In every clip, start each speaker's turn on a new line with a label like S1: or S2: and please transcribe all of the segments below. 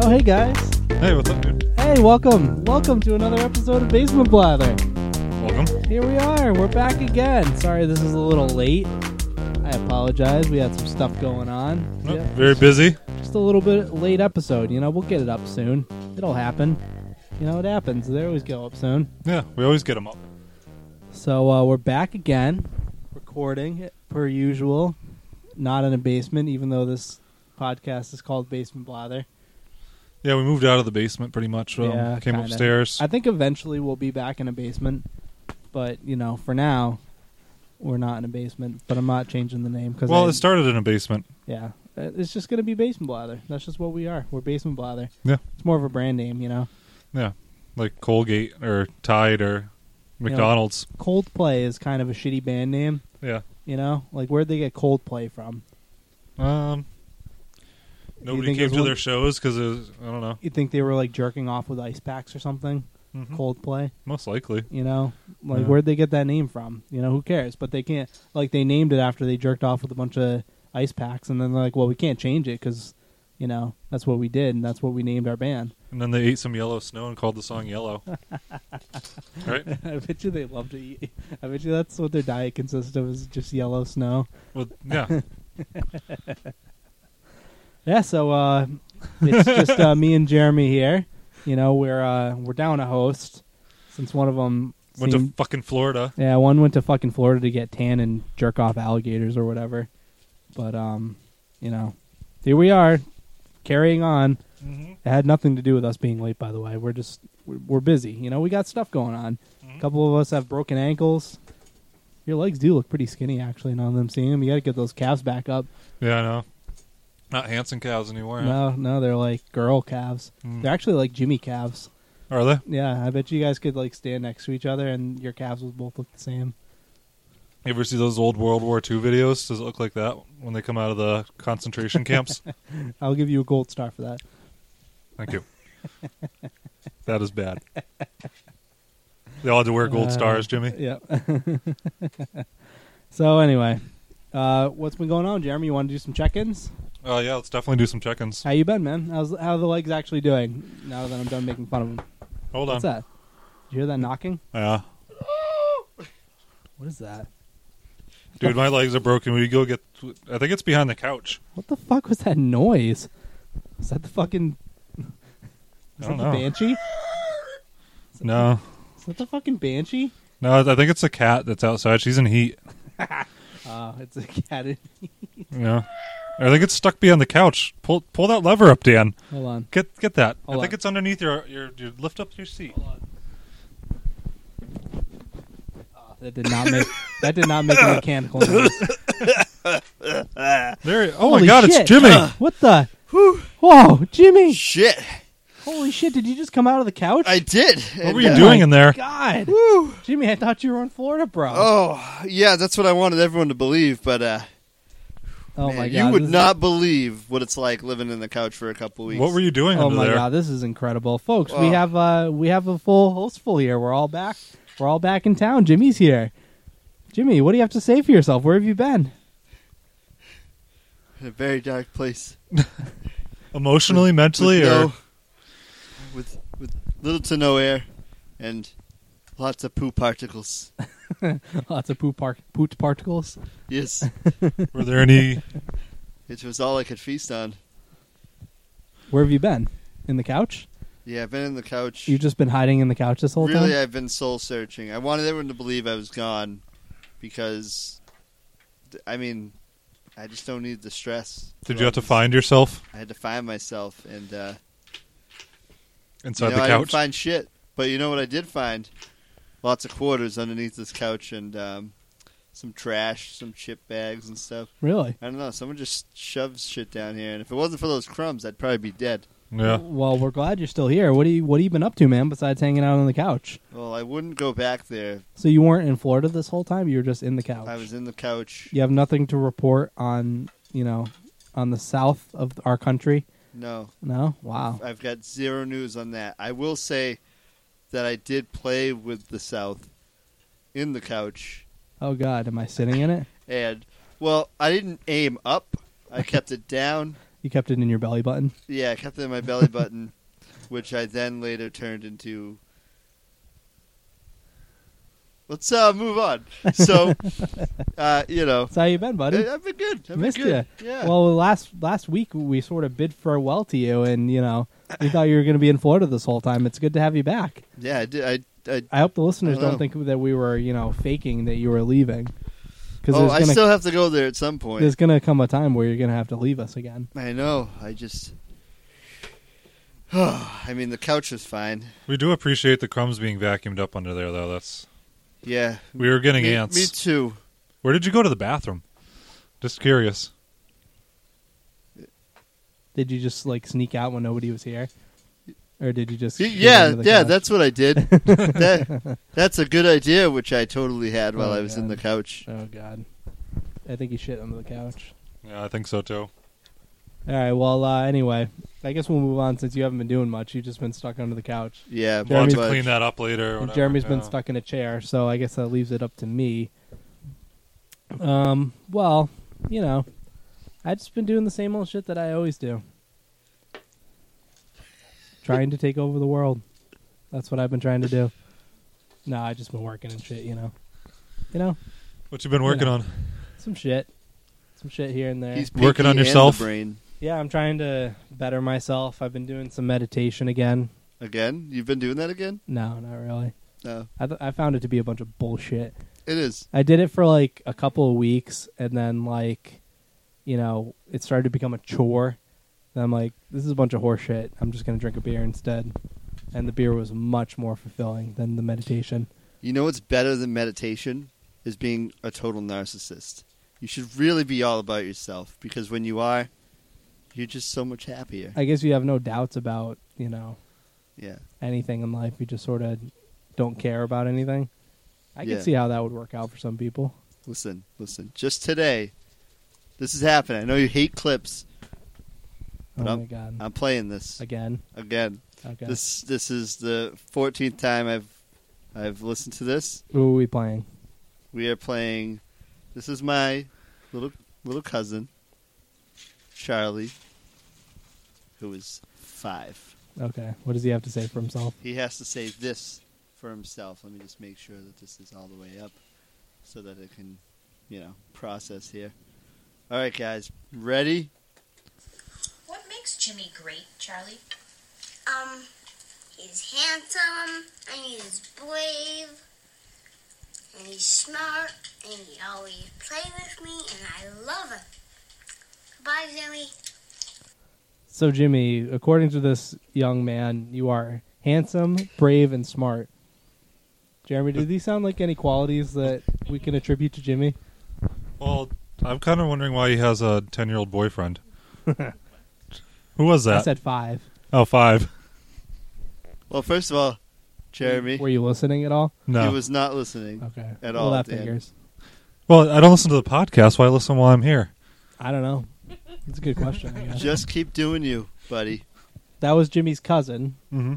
S1: Oh, hey guys.
S2: Hey, what's up, dude?
S1: Hey, welcome. Welcome to another episode of Basement Blather.
S2: Welcome.
S1: Here we are. We're back again. Sorry this is a little late. I apologize. We had some stuff going on.
S2: Nope,
S1: Yeah,
S2: Very busy.
S1: Just a little bit late episode. You know, we'll get it up soon. It'll happen. You know, it happens. They always go up soon.
S2: Yeah, we always get them up.
S1: So uh, we're back again, recording per usual. Not in a basement, even though this podcast is called Basement Blather.
S2: Yeah, we moved out of the basement pretty much. Um,
S1: Yeah,
S2: came
S1: kinda.
S2: upstairs.
S1: I think eventually we'll be back in a basement, but you know, for now, we're not in a basement. But I'm not changing the name because
S2: well, it started in a basement.
S1: yeah, Uh, it's just gonna be basement blather. That's just what we are. We're basement blather.
S2: Yeah.
S1: it's more of a brand name, you know.
S2: Yeah, like Colgate or Tide or
S1: know-
S2: McDonald's.
S1: Coldplay is kind of a shitty band name, you know. Like where'd they get Coldplay from?
S2: yeah. Um. Nobody
S1: think
S2: came
S1: there's
S2: to
S1: one-
S2: their shows because I don't know.
S1: You think they were like jerking off with ice packs or something?
S2: Mhm.
S1: Coldplay,
S2: Most likely.
S1: you know. Like
S2: Yeah.
S1: where'd they get that name from? You know, who cares? But they can't. Like they named it after they jerked off with a bunch of ice packs, and then they're like, well, we can't change it because you know that's what we did and that's what we named our band.
S2: And then they ate some yellow snow and called the song Yellow. right?
S1: I bet you they love to eat. I bet you that's what their diet consists of is just yellow snow.
S2: Well, yeah.
S1: Yeah, so uh, it's just uh, me and Jeremy here. You know, we're uh, we're down a host since one of them
S2: Went to fucking Florida.
S1: Yeah, one went to fucking Florida to get tan and jerk off alligators or whatever. But um, you know, here we are carrying on.
S2: Mm-hmm.
S1: It had nothing to do with us being late, by the way. We're just we're, we're busy. You know, we got stuff going on.
S2: Mm-hmm.
S1: A couple of us have broken ankles. Your legs do look pretty skinny, actually. Now that I'm seeing them, you got to get those calves back up.
S2: Yeah, I know. Not Hanson cows anymore. huh?
S1: No, no, they're like girl calves.
S2: Oh, Mm.
S1: They're actually like Jimmy calves.
S2: Are they?
S1: Yeah, I bet you guys could like stand next to each other and your calves would both look the same.
S2: You ever see those old World War II videos? Does it look like that when they come out of the concentration camps?
S1: I'll give you a gold star for that.
S2: Thank you. That is bad. They all had to wear gold
S1: Uh,
S2: stars, Jimmy.
S1: Yeah. so anyway, uh, what's been going on, Jeremy? You want to do some check-ins?
S2: Oh yeah, let's definitely do some check-ins.
S1: How you been, man? How's how are the legs actually doing? Now that I'm done making fun of them.
S2: Hold on.
S1: What's that? Did you hear that knocking?
S2: Yeah,
S1: What is that?
S2: dude, my legs are broken. Will you go get? I think it's behind the couch.
S1: What the fuck was that noise? Is that the fucking? Is
S2: I
S1: that
S2: don't
S1: the
S2: know.
S1: banshee?
S2: No,
S1: Is that the fucking banshee?
S2: no, I think it's a cat that's outside. She's in heat.
S1: Uh, it's a cat.
S2: Yeah, I think it's stuck behind the couch. Pull, pull that lever up, Dan.
S1: Hold on.
S2: Get, get that.
S1: Hold
S2: I think
S1: on.
S2: it's underneath your, your, your. Lift up your seat.
S1: Oh, that did not make. that did not make a mechanical noise.
S2: There. Oh my
S1: Holy
S2: God,
S1: shit.
S2: it's Jimmy.
S1: What the? Whoa, Jimmy!
S3: Shit,
S1: Holy shit! Did you just come out of the couch?
S3: I did.
S2: What
S3: And,
S2: were you
S3: uh,
S2: doing in there?
S1: God,
S3: whew.
S1: Jimmy, I thought you were in Florida, bro.
S3: Oh, yeah, that's what I wanted everyone to believe, but uh,
S1: Oh
S3: man,
S1: my god,
S3: you would
S1: this is-
S3: not believe what it's like living in the couch for a couple weeks.
S2: What were you doing
S1: oh
S2: under
S1: my
S2: there?
S1: god, this is incredible, folks. We
S3: Wow.
S1: have uh, we have a full host full here. We're all back. We're all back in town. Jimmy's here. Jimmy, what do you have to say for yourself? Where have you been?
S3: in a very dark place?
S2: Emotionally, mentally,
S3: with
S2: or
S3: no, with with little to no air and lots of poo particles.
S1: Lots of poo par- poot particles.
S3: Yes,
S2: were there any?
S3: it was all I could feast on.
S1: Where have you been? In the couch?
S3: Yeah, I've been in the couch.
S1: You've just been hiding in the couch this whole
S3: really,
S1: time.
S3: I've been soul searching. I wanted everyone to believe I was gone because, th- I mean, I just don't need the stress.
S2: Did you have to
S3: find?
S2: find yourself
S3: I had to find myself, and uh,
S2: inside
S3: you know,
S2: the
S3: I didn't
S2: couch?
S3: find shit. But you know what I did find? Lots of quarters underneath this couch, and um, some trash, some chip bags and stuff.
S1: Really?
S3: I don't know. Someone just shoves shit down here, and if it wasn't for those crumbs, I'd probably be dead.
S2: yeah.
S1: Well, we're glad you're still here. What do you What have you been up to, man? Besides hanging out on the couch?
S3: Well, I wouldn't go back there.
S1: So you weren't in Florida this whole time. You were just in the couch.
S3: I was in the couch.
S1: you have nothing to report on you know on the south of our country
S3: No,
S1: no wow
S3: I've got zero news on that. I will say that I did play with the South in the couch.
S1: oh god am i sitting in it
S3: And well, I didn't aim up. I kept it down.
S1: you You kept it in your belly button.
S3: Yeah, I kept it in my belly button, which I then later turned into. Let's uh, move on. So, uh, you know,
S1: That's how you been, buddy.
S3: I- I've been good. I've
S1: Missed
S3: been good. Yeah.
S1: Well, last last week we sort of bid farewell to you, and you know we thought you were going to be in Florida this whole time. It's good to have you back.
S3: yeah, I did. I, I,
S1: I hope the listeners
S3: I
S1: don't
S3: know.
S1: think that we were you know faking that you were leaving, because
S3: oh, I
S1: there's
S3: still
S1: going
S3: have to go there at some point.
S1: there's going to come a time where you're going to have to leave us again.
S3: I know. I just. I mean, the couch was fine.
S2: We do appreciate the crumbs being vacuumed up under there, though. That's
S3: Yeah.
S2: we were getting
S3: Me,
S2: ants.
S3: me too.
S2: Where did you go to the bathroom? Just curious.
S1: Did you just like sneak out when nobody was here, or did you just?
S3: Y-
S1: get
S3: Yeah,
S1: under the
S3: yeah,
S1: couch?
S3: that's what I did. that, that's a good idea, which I totally had while
S1: Oh,
S3: I was in
S1: God.
S3: the couch.
S1: Oh God, I think you shit under the couch.
S2: Yeah, I think so too.
S1: All right. Well, uh, anyway, I guess we'll move on since you haven't been doing much. You've just been stuck under the couch.
S3: Yeah,
S2: We'll have
S1: Jeremy's-
S2: to clean that up later. or
S1: And
S2: whatever,
S1: Jeremy's been
S2: yeah.
S1: stuck in a chair, so I guess that leaves it up to me. Um, well, you know, i just been doing the same old shit that I always do. trying to take over the world. That's what I've been trying to do. No, I just been working and shit, you know. You know,
S2: What you been working
S1: Yeah.
S2: on?
S1: some shit. Some shit here and there.
S3: He's
S2: Working
S3: Pinky
S2: on
S3: and the
S2: yourself?
S3: brain
S1: yeah, I'm trying to better myself. I've been doing some meditation again.
S3: again. You've been doing that again?
S1: No, not really.
S3: No,
S1: I, th- I found it to be a bunch of bullshit.
S3: it is.
S1: I did it for like a couple of weeks, and then like, you know, it started to become a chore. And I'm like, this is a bunch of horseshit. I'm just gonna drink a beer instead. And the beer was much more fulfilling than the meditation.
S3: You know what's better than meditation is being a total narcissist. You should really be all about yourself because when you are, you're just so much happier.
S1: I guess you have no doubts about you know
S3: yeah,
S1: anything in life. You just sort of don't care about anything. I
S3: Yeah.
S1: can see how that would work out for some people.
S3: listen, listen. Just today, this has happened. I know you hate clips.
S1: Oh
S3: But I'm-
S1: my god!
S3: I'm playing this
S1: Again,
S3: again.
S1: okay.
S3: This this is the 14th time I've I've listened to this.
S1: Who are we playing?
S3: We are playing. This is my little little cousin, Charlie, who is five.
S1: Okay, what does he have to say for himself?
S3: He has to say this for himself. Let me just make sure that this is all the way up so that it can, you know, process here. All right, guys, ready?
S4: What makes Jimmy great, Charlie?
S5: Um, he's handsome, and he's brave, and he's smart, and he always plays with me, and I love him. Bye, Jimmy.
S1: So, Jimmy, according to this young man, you are handsome, brave, and smart. Jeremy, do these sound like any qualities that we can attribute to Jimmy?
S2: Well, I'm kind of wondering why he has a ten-year-old boyfriend. Who was that?
S1: I said five.
S2: oh, five.
S3: Well, first of all, Jeremy,
S1: Were you listening at all?
S2: No.
S3: he was not listening.
S1: Okay.
S3: At
S1: well,
S3: all,
S1: that
S3: Dan.
S1: figures.
S2: well, I don't listen to the podcast. Why listen while I'm here?
S1: I don't know. It's a good question. I guess.
S3: Just keep doing you, buddy.
S1: that was Jimmy's cousin,
S2: Mm-hmm.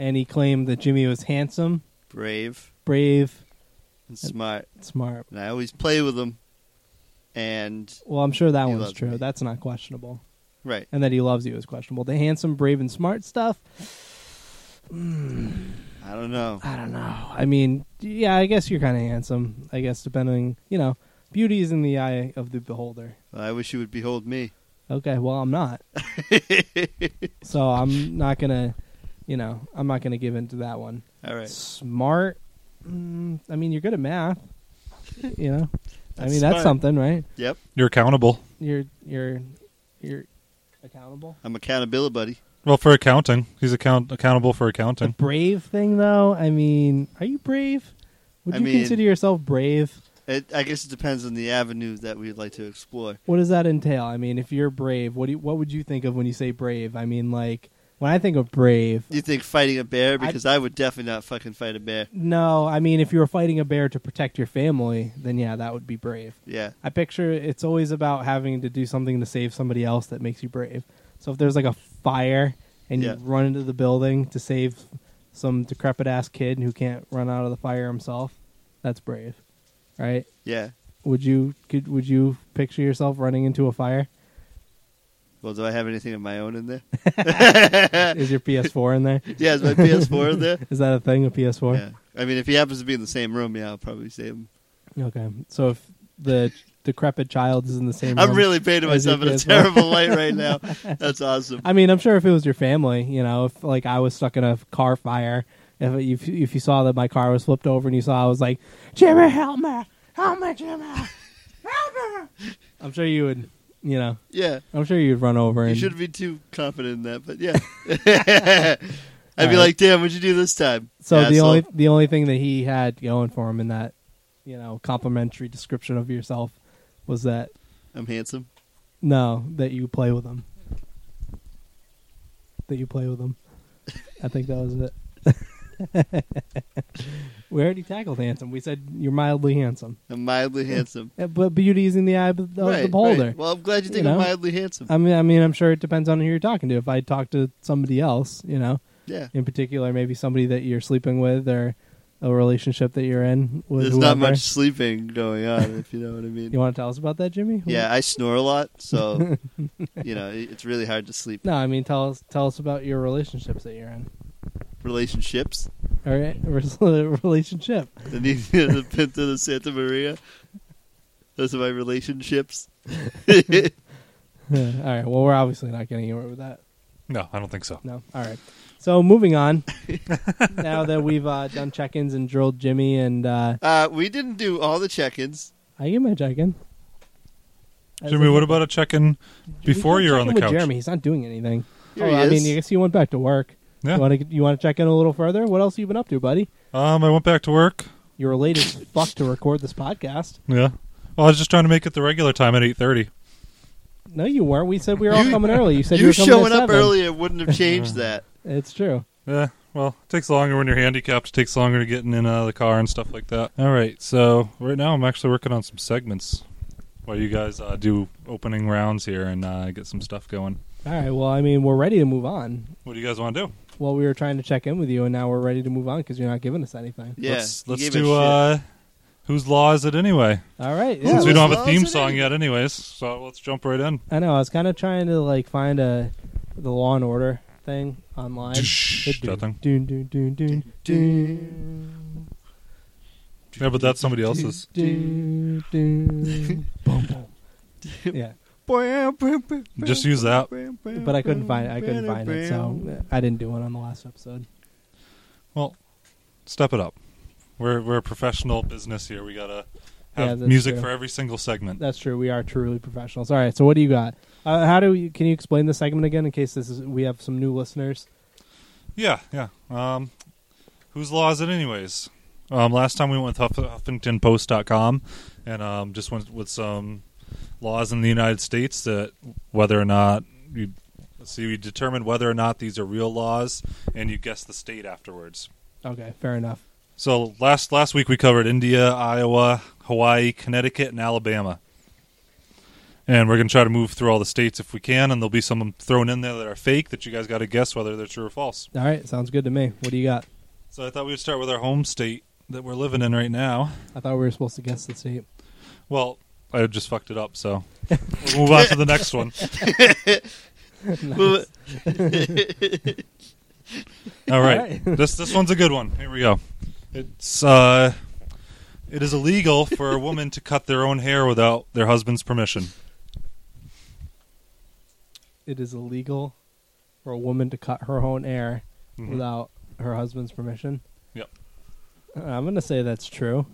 S1: and he claimed that Jimmy was handsome,
S3: Brave
S1: brave,
S3: and smart,
S1: and smart.
S3: and I always play with him. And
S1: Well, I'm sure that
S3: He
S1: one's
S3: loves
S1: true.
S3: me.
S1: That's not questionable.
S3: right,
S1: And that he loves you is questionable. The handsome, brave, and smart stuff,
S3: I don't know.
S1: I don't know. I mean, yeah, I guess you're kind of handsome. I guess depending, you know, beauty is in the eye of the beholder.
S3: I wish you would behold me.
S1: Okay, well, I'm not. so I'm not going to, you know, I'm not going to give in to that one.
S3: All right,
S1: Smart. Mm, I mean, you're good at math. You know. I
S3: That's
S1: mean,
S3: smart.
S1: that's something, right?
S3: yep,
S2: You're accountable.
S1: You're you're you're accountable.
S3: I'm accountability buddy.
S2: Well, for accounting, he's account accountable for
S1: The
S2: accounting.
S1: brave thing though, I mean, are you brave? Would
S3: I
S1: you
S3: mean-
S1: consider yourself brave?
S3: It, I guess it depends on the avenue that we'd like to explore.
S1: What does that entail? I mean, if you're brave, what do you, what would you think of when you say brave? I mean, like when I think of brave,
S3: You think fighting a bear? Because I, would definitely not fucking fight a bear.
S1: no, I mean if you were fighting a bear to protect your family, then yeah, that would be brave.
S3: Yeah,
S1: I picture it's always about having to do something to save somebody else that makes you brave. So if there's like a fire and
S3: Yeah.
S1: you run into the building to save some decrepit ass kid who can't run out of the fire himself, that's brave, right?
S3: yeah.
S1: Would you could would you picture yourself running into a fire?
S3: Well, do I have anything of my own in there?
S1: Is your PS4 in there?
S3: yeah, is my PS4 in there?
S1: Is that a thing? A PS4?
S3: Yeah. I mean, if he happens to be in the same room, yeah, I'll probably save him.
S1: Okay. So if the decrepit child is in the same
S3: I'm
S1: room-
S3: really painting
S1: As your
S3: myself in a
S1: PS4.
S3: terrible light right now. That's awesome.
S1: I mean, I'm sure if it was your family, you know, if like I was stuck in a car fire, if if, if you saw that my car was flipped over and you saw I was like, Jimmy, help me, help me, Jimmy, help me. I'm sure you would, you know,
S3: Yeah.
S1: I'm sure you'd run over
S3: You
S1: and
S3: shouldn't be too confident in that, but yeah. I'd be like, damn, what'd you do this time?
S1: So the
S3: asshole?"
S1: only the only thing that he had going for him in that, you know, complimentary description of yourself was that
S3: I'm handsome.
S1: no, that you play with him. That you play with him. I think that was it. we already tackled handsome. We said you're mildly handsome.
S3: I'm mildly handsome.
S1: Uh, But beauty is in the eye of the, of
S3: right,
S1: the beholder.
S3: right. Well, I'm glad you
S1: You
S3: think I'm
S1: know?
S3: mildly handsome.
S1: I mean I mean I'm sure it depends on who you're talking to. If I talk to somebody else, you know,
S3: yeah.
S1: in particular maybe somebody that you're sleeping with or a relationship that you're in with
S3: There's not
S1: whoever.
S3: much sleeping going on, if you know what I mean.
S1: You want to tell us about that, Jimmy?
S3: Yeah, I snore a lot, so you know it- it's really hard to sleep.
S1: No, I mean tell us tell us about your relationships that you're in.
S3: Relationships,
S1: All right, relationship.
S3: the need the Pinta, the Santa Maria. Those are my relationships.
S1: All right. Well, we're obviously not getting anywhere with that.
S2: No, I don't think so.
S1: No. All right. So moving on. now that we've uh, done check-ins and drilled Jimmy, and uh,
S3: uh, we didn't do all the check-ins.
S1: I get my check-in.
S2: Jimmy, what about a check in before you're on the
S1: with
S2: couch?
S1: Jeremy, he's not doing anything.
S3: Here
S1: oh,
S3: he
S1: I mean,
S3: is.
S1: I guess you went back to work.
S2: Yeah.
S1: You want to you want to check in a little further? What else you been up to, buddy?
S2: Um, I went back to work.
S1: You were late as fuck to record this podcast.
S2: Yeah. Well, I was just trying to make it the regular time at eight thirty.
S1: No, you weren't. We said we were all coming early. You said you,
S3: You
S1: were coming at
S3: showing up
S1: seven.
S3: earlier wouldn't have changed that.
S1: It's true.
S2: Yeah. Well, it takes longer when you're handicapped. It takes longer to get in and out of the car and stuff like that. All right. So right now I'm actually working on some segments while you guys uh, do opening rounds here and uh, get some stuff going.
S1: All right. Well, I mean, we're ready to move on.
S2: What do you guys want to do?
S1: Well, we were trying to check in with you, and now we're ready to move on because you're not giving us anything.
S3: Yeah,
S2: Let's,
S3: you
S2: let's
S3: gave a
S2: do.
S3: shit.
S2: Uh, whose law is it anyway?
S1: All right.
S3: Ooh,
S1: yeah,
S2: Since
S1: let's-
S2: we don't have
S3: Whose
S2: a
S3: Law Is
S2: theme
S3: It
S2: song
S3: Anyway?
S2: yet, anyways, so let's jump right in.
S1: I know. I was kind of trying to like find a the Law and Order thing online.
S2: That thing.
S1: Doon, doon, doon, doon, doon,
S2: Yeah, but that's somebody else's.
S1: doon, doon. Boom, boom. Yeah,
S2: Just use that.
S1: but I couldn't find. I couldn't find it, so I didn't do one on the last episode.
S2: Well, step it up. We're we're a professional business here. We gotta
S1: Yeah,
S2: have
S1: that's
S2: music
S1: true.
S2: for every single segment.
S1: That's true. We are truly professionals. All right. So what do you got? Uh, how do you? Can you explain the segment again in case this is we have some new listeners?
S2: Yeah, yeah. Um, whose law is it, anyways? Um, last time we went with Huff- HuffingtonPost.com and um, just went with some laws in the United States that whether or not you let's see, we determined whether or not these are real laws, and you guess the state afterwards.
S1: Okay, fair enough.
S2: So last last week we covered India, Iowa, Hawaii, Connecticut, and Alabama. And we're going to try to move through all the states if we can, and there'll be some thrown in there that are fake that you guys got to guess whether they're true or false.
S1: All right, sounds good to me. What do you got?
S2: So I thought we'd start with our home state that we're living in right now.
S1: I thought we were supposed to guess the state.
S2: Well, I just fucked it up, so we'll move on to the next one.
S3: Well,
S2: All
S1: All
S2: right,
S1: right.
S2: this this one's a good one. Here we go. It's uh, it is illegal for a woman to cut their own hair without their husband's permission.
S1: It is illegal for a woman to cut her own hair
S2: Mhm.
S1: without her husband's permission.
S2: Yep.
S1: Uh, I'm gonna say that's true.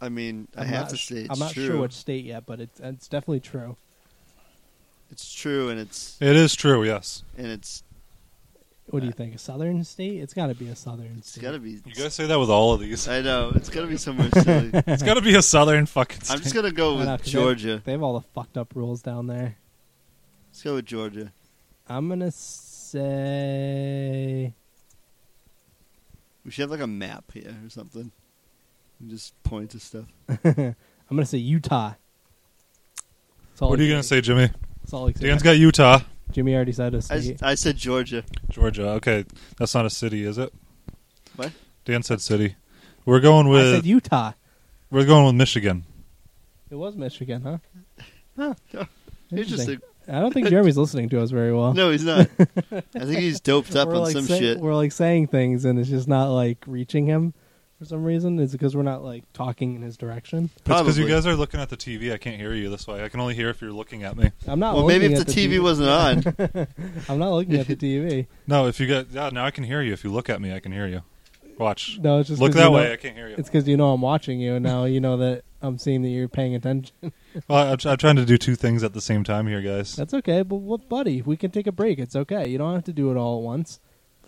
S3: I mean, I
S1: I'm
S3: have
S1: not
S3: to
S1: sh-
S3: say it's
S1: I'm not
S3: true.
S1: sure which state yet, but it's it's definitely true.
S3: It's true, and it's
S2: It is true. Yes.
S3: and it's
S1: What do you think? A southern state? It's got to be a southern
S3: it's
S1: state.
S3: gotta be.
S2: You guys say that with all of these.
S3: I know it's gotta be somewhere silly.
S2: It's got to be a southern fucking. State.
S3: I'm just gonna go
S1: I know,
S3: with
S1: 'cause they-
S3: Georgia.
S1: They have all the fucked up rules down there.
S3: Let's go with Georgia.
S1: I'm gonna say
S3: We should have like a map here or something. And just point to stuff.
S1: I'm gonna say Utah. Salt
S2: What are you
S1: Lake
S2: gonna
S1: City.
S2: say, Jimmy?
S1: Salt Lake City.
S2: Dan's got Utah,
S1: Jimmy already said a
S3: I,
S1: state.
S3: s- I said Georgia.
S2: Georgia. Okay, that's not a city, is it?
S3: What?
S2: Dan said city. We're going
S1: I
S2: with
S1: said Utah.
S2: we're going with Michigan.
S1: It was Michigan, huh?
S3: Interesting.
S1: I don't think Jeremy's listening to us very well.
S3: No, he's not. I think he's doped up
S1: we're
S3: on
S1: like
S3: some
S1: say-
S3: shit.
S1: We're like saying things, and it's just not like reaching him for some reason. Is it because we're not like talking in his direction?
S2: That's because you
S3: Probably.
S2: guys are looking at the TV. I can't hear you this way. I can only hear if you're looking at me.
S1: I'm not.
S3: Well, maybe
S1: looking
S3: if the
S1: at
S3: TV wasn't on.
S1: I'm not looking at the TV.
S2: No, if you get yeah, now I can hear you. If you look at me, I can hear you. Watch.
S1: No, it's just
S2: Look
S1: 'cause you
S2: that
S1: know-
S2: way. I can't hear you.
S1: It's because you know I'm watching you, and now you know that I'm seeing that you're paying attention.
S2: Well, I'm, I'm trying to do two things at the same time here, guys.
S1: That's okay, but what, buddy? We can take a break. It's okay. You don't have to do it all at once.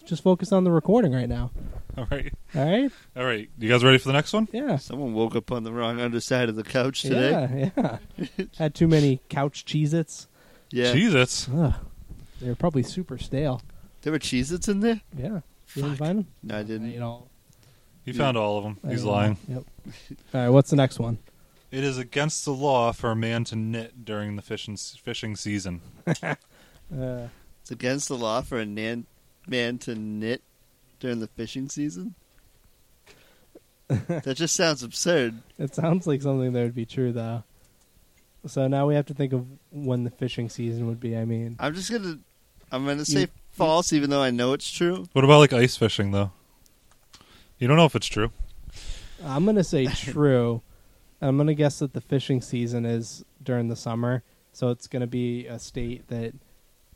S1: Just focus on the recording right now.
S2: All right,
S1: All right?
S2: all right. You guys ready for the next one?
S1: Yeah.
S3: Someone woke up on the wrong underside of the couch today.
S1: Yeah. Yeah. Had too many couch Cheez-Its.
S3: Yeah.
S2: Jesus.
S1: Ugh. They were probably super stale.
S3: There were Cheez Its in there?
S1: Yeah. You didn't find them?
S3: No, I didn't.
S1: Uh, You know,
S2: He
S3: Yeah.
S2: found all of them.
S1: I
S2: He's
S1: don't know.
S2: lying.
S1: Yep. All right. What's the next one?
S2: It is against the law for a man to knit during the fishing fishing season.
S1: Uh,
S3: It's against the law for a nan- man to knit during the fishing season? that just sounds absurd.
S1: it sounds like something that would be true, though. So now we have to think of when the fishing season would be. I mean,
S3: I'm just gonna I'm gonna
S1: You-
S3: say false even though I know it's true.
S2: What about like ice fishing though? You don't know if it's true.
S1: I'm gonna say true. I'm gonna guess that the fishing season is during the summer, so it's gonna be a state that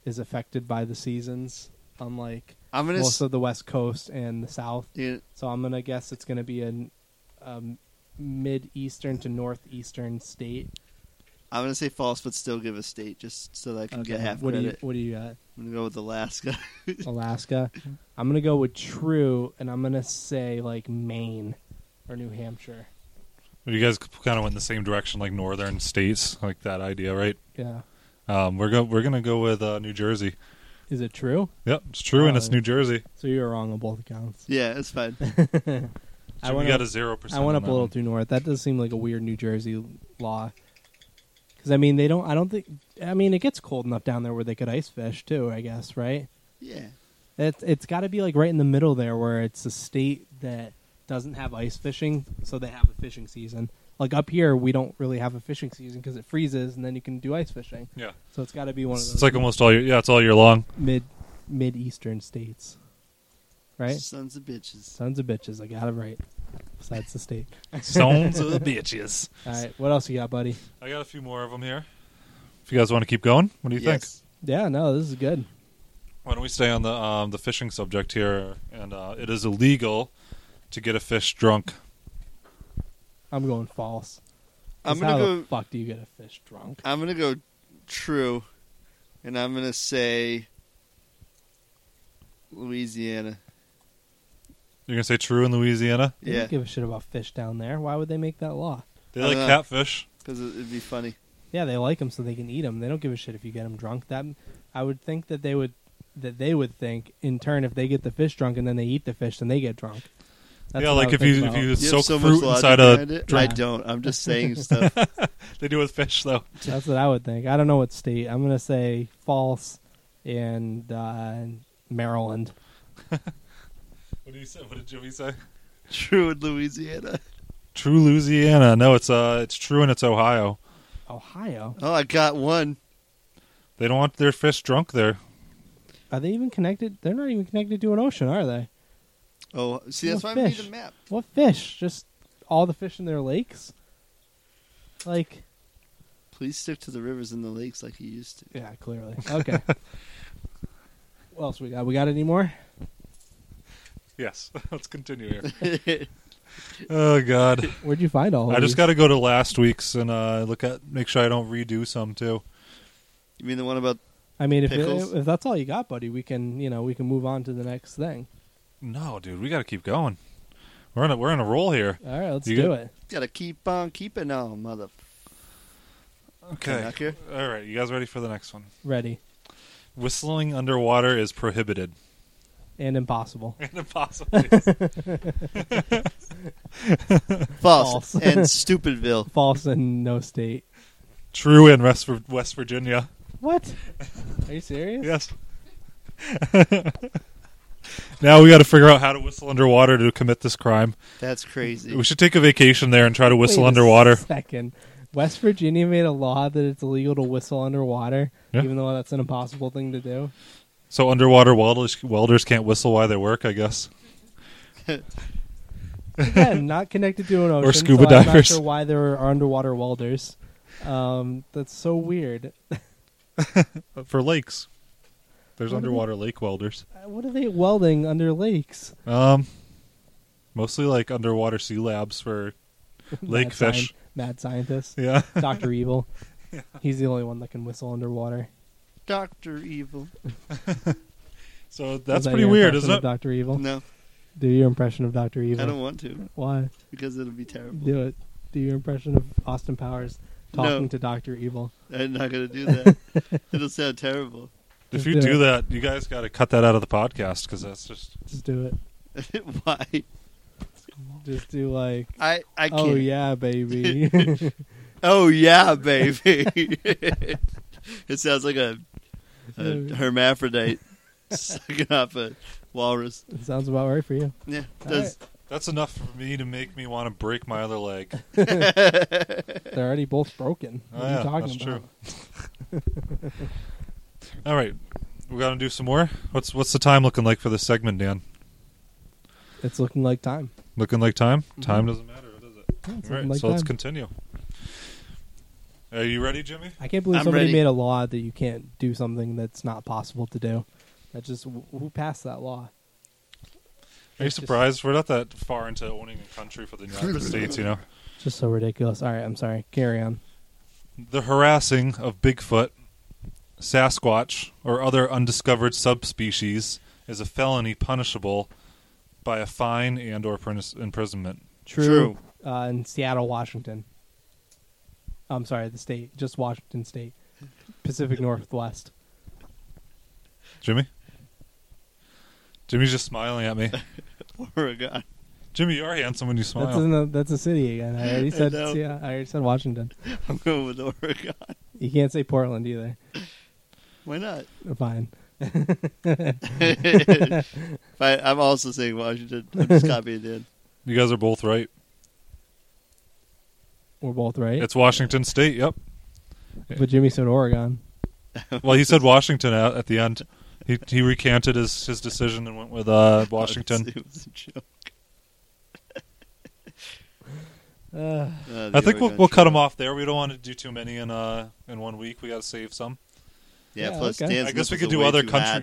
S1: is affected by the seasons, unlike
S3: I'm gonna
S1: most
S3: s-
S1: of the West Coast and the South.
S3: you-
S1: So I'm gonna guess it's gonna be a um, mid-eastern to northeastern state.
S3: I'm gonna say false but still give a state just so that I can
S1: Okay,
S3: get half
S1: Um, what do you
S3: credit.
S1: what do you got?
S3: I'm gonna go with Alaska.
S1: Alaska. I'm gonna go with true, and I'm gonna say like Maine or New Hampshire.
S2: You guys kind of went in the same direction, like northern states, like that idea, right?
S1: Yeah,
S2: Um, we're go- we're gonna go with uh, New Jersey.
S1: is it true?
S2: Yep, it's true, and it's
S1: Oh.
S2: New Jersey.
S1: So you were wrong on both accounts.
S3: yeah, it's fine.
S1: I
S2: So we
S1: went
S2: got
S1: up-
S2: a zero percent.
S1: I went
S2: on
S1: up a
S2: that
S1: little
S2: one.
S1: too north. That does seem like a weird New Jersey law. Because I mean, they don't. I don't think. I mean, it gets cold enough down there where they could ice fish too. I guess right.
S3: Yeah.
S1: It, it's got to be like right in the middle there, where it's a state that doesn't have ice fishing, so they have a fishing season. Like up here, we don't really have a fishing season because it freezes, and then you can do ice fishing.
S2: Yeah,
S1: So it's got to be one of those
S2: it's like almost all year. Yeah, it's all year long.
S1: mid mid eastern states, right?
S3: Sons of bitches.
S1: Sons of bitches, I got it right. Besides the state.
S2: Stones of bitches.
S1: All right, what else you got, buddy?
S2: I got a few more of them here. If you guys want to keep going, what do you think?
S3: yes.
S1: Yeah, no, this is good.
S2: Why don't we stay on the um, the fishing subject here? And uh, it is illegal to get a fish drunk.
S1: I'm going false. 'Cause
S3: I'm gonna
S1: how
S3: go
S1: the fuck do you get a fish drunk?
S3: I'm gonna go true, and I'm gonna say Louisiana.
S2: You're gonna say true in Louisiana?
S1: They
S3: Yeah,
S1: don't give a shit about fish down there. Why would they make that law?
S2: They
S3: I
S2: like
S1: Uh,
S3: dunno.
S2: catfish.
S3: because it, would be funny.
S1: Yeah, they like them so they can eat them. They don't give a shit if you get them drunk. That I would think that they would that they would think in turn if they get the fish drunk and then they eat the fish, then they get drunk. That's
S2: yeah,
S1: what I
S2: like
S1: would
S2: if
S1: think
S2: you if
S1: about.
S2: you
S3: You
S2: soak
S3: have so
S2: fruit
S3: much logic
S2: inside a
S3: behind it. I
S1: drink.
S3: don't. I'm just saying stuff.
S2: they do with fish though.
S1: That's what I would think. I don't know what state. I'm gonna say false and uh, Maryland.
S2: What did you say? What did Jimmy say?
S3: true in Louisiana.
S2: True Louisiana. No, it's uh it's true and it's Ohio.
S1: Ohio.
S3: Oh, I got one.
S2: They don't want their fish drunk there.
S1: Are they even connected? They're not even connected to an ocean, are they?
S3: Oh, see, that's
S1: What
S3: why I need
S1: fish?
S3: a map.
S1: What fish? Just all the fish in their lakes? Like
S3: Please stick to the rivers and the lakes like you used to.
S1: yeah, clearly. Okay. what else we got? We got any more?
S2: Yes. Let's continue here. oh god.
S1: Where'd you find all?
S2: I
S1: of
S2: just
S1: these?
S2: got to go to last week's and uh, look at make sure I don't redo some too.
S3: You mean the one about?
S1: I mean, if,
S3: pickles.
S1: if that's all you got, buddy, we can you know we can move on to the next thing.
S2: No, dude, we got to keep going. We're in a, we're in a roll here.
S1: All right, let's
S2: You
S1: do
S2: got-
S1: it.
S3: Gotta keep on keeping on, mother.
S2: Okay.
S3: Knocker.
S2: All right, you guys ready for the next one?
S1: Ready
S2: Whistling underwater is prohibited
S1: and impossible.
S2: and impossible.
S3: False
S1: False.
S3: and Stupidville.
S1: False and no state.
S2: True in West Vir- West Virginia.
S1: What? Are you serious?
S2: Yes. now we got to figure out how to whistle underwater to commit this crime.
S3: That's crazy.
S2: We should take a vacation there and try to whistle
S1: Wait a
S2: underwater.
S1: Second, West Virginia made a law that it's illegal to whistle underwater,
S2: Yeah.
S1: even though that's an impossible thing to do.
S2: So underwater welders, welders can't whistle while they work, I guess.
S1: Again, not connected to an ocean.
S2: Or scuba
S1: so I'm not
S2: divers.
S1: sure why there are underwater welders. Um, that's so weird.
S2: Uh, For lakes, there's
S1: What do they-
S2: underwater lake welders.
S1: What are they welding under lakes?
S2: Um, mostly like underwater sea labs for lake
S1: Mad scien-
S2: fish.
S1: mad scientist.
S2: Yeah,
S1: Doctor Evil. He's the only one that can whistle underwater.
S3: Doctor Evil.
S2: so that's
S1: Is that
S2: pretty
S1: your
S2: weird,
S1: impression
S2: isn't
S1: of
S2: it?
S1: Doctor Evil.
S3: No,
S1: Do your impression of Doctor Oh, Evil.
S3: I don't want to
S1: Why?
S3: because it'll be terrible.
S1: Do it. Do your impression of Austin Powers
S3: No.
S1: talking to Doctor Evil.
S3: I'm not gonna do that. it'll sound terrible.
S2: If
S1: Just
S2: you
S1: do
S2: do
S1: it.
S2: that, you guys got to cut that out of the podcast because that's just
S1: Just do it.
S3: Why?
S1: Just do like,
S3: I I can't.
S1: oh yeah, baby.
S3: Oh yeah, baby. it sounds like a, a
S1: Yeah.
S3: hermaphrodite sucking off a walrus.
S1: Sounds about right for you.
S3: Yeah, does
S2: that's enough for me to make me want to break my other leg.
S1: They're already both broken. What
S2: Oh,
S1: are you
S2: yeah,
S1: talking
S2: that's
S1: about?
S2: All right, we got to do some more. What's what's the time looking like for this segment, Dan?
S1: It's looking like time.
S2: Looking like time? Time doesn't matter, does it?
S1: Yeah, it's
S2: All right,
S1: looking like
S2: so let's
S1: time.
S2: continue. Are you ready, Jimmy?
S1: I can't believe
S3: I'm
S1: somebody
S3: ready.
S1: made a law that you can't do something that's not possible to do. That just who passed that law?
S2: Are you
S1: It's just-
S2: surprised? We're not that far into owning a country for the United States, you know.
S1: Just so ridiculous. All right, I'm sorry. Carry on.
S2: The harassing of Bigfoot, Sasquatch, or other undiscovered subspecies is a felony punishable by a fine and or pris- imprisonment.
S1: True. Uh, in Seattle, Washington. Oh, I'm sorry, the state, just Washington State, Pacific Northwest.
S2: Jimmy? Jimmy's just smiling at me.
S3: Oregon?
S2: Jimmy, you are handsome when you
S1: That's
S2: smile.
S1: in the, that's a city again. I already said
S3: know.
S1: yeah, I already said Washington.
S3: I'm going with Oregon.
S1: You can't say Portland either.
S3: Why not?
S1: Fine.
S3: But I'm also saying Washington. I'm just copying it.
S2: You guys are both right.
S1: We're both right.
S2: It's Washington State, yep.
S1: but Jimmy said Oregon.
S2: Well, he said Washington at, at the end. He he recanted his, his decision and went with uh, Washington.
S3: It was a joke.
S1: Uh,
S3: Uh, the
S2: I think we'll
S3: Oregon
S2: we'll cut
S3: Trail.
S2: him off there. We don't want to do too many in uh in one week. We got to save some.
S3: Yeah,
S1: Yeah,
S3: plus
S1: okay.
S3: Dan's
S2: I guess we
S3: nipples
S2: could
S3: are
S2: do
S3: way
S2: other
S3: too
S2: country.
S3: hot.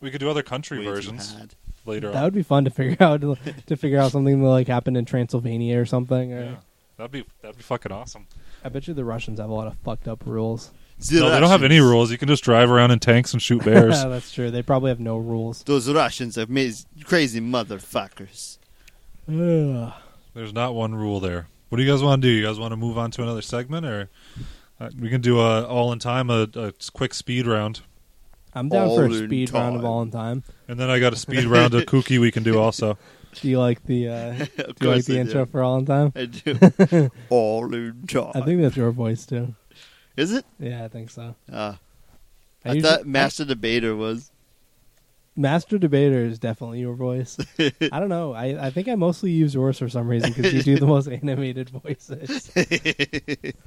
S2: We could do other country
S3: Way too
S2: versions
S3: hot.
S2: later
S1: that
S2: on.
S1: would be fun to figure out to, to figure out something that like happened in Transylvania or something. Or
S2: yeah. That'd be that'd be fucking awesome.
S1: I bet you the Russians have a lot of fucked up rules.
S2: No, they don't have any
S3: Russians.
S2: rules. You can just drive around in tanks and shoot bears.
S1: Yeah, that's true. They probably have no rules.
S3: Those Russians are amaz- crazy motherfuckers.
S1: Ugh.
S2: There's not one rule there. What do you guys want to do? You guys want to move on to another segment, or uh, we can do a all in time a, a quick speed round,
S1: I'm down for
S3: All
S1: a
S3: in
S1: speed round of
S3: time.
S1: all in time.
S2: and then I got a speed round of kooky we can do also.
S1: Do you like the uh, do
S3: Of
S1: you like
S3: course
S1: the
S3: they
S1: intro for all in time?
S3: do. I do. All in time.
S1: I think that's your voice too.
S3: Is it?
S1: Yeah, I think so. I
S3: Uh, I,
S1: usually-
S3: thought Master Debater was.
S1: Master debater is definitely your voice. I don't know. I, I think I mostly use yours for some reason because you do the most animated voices.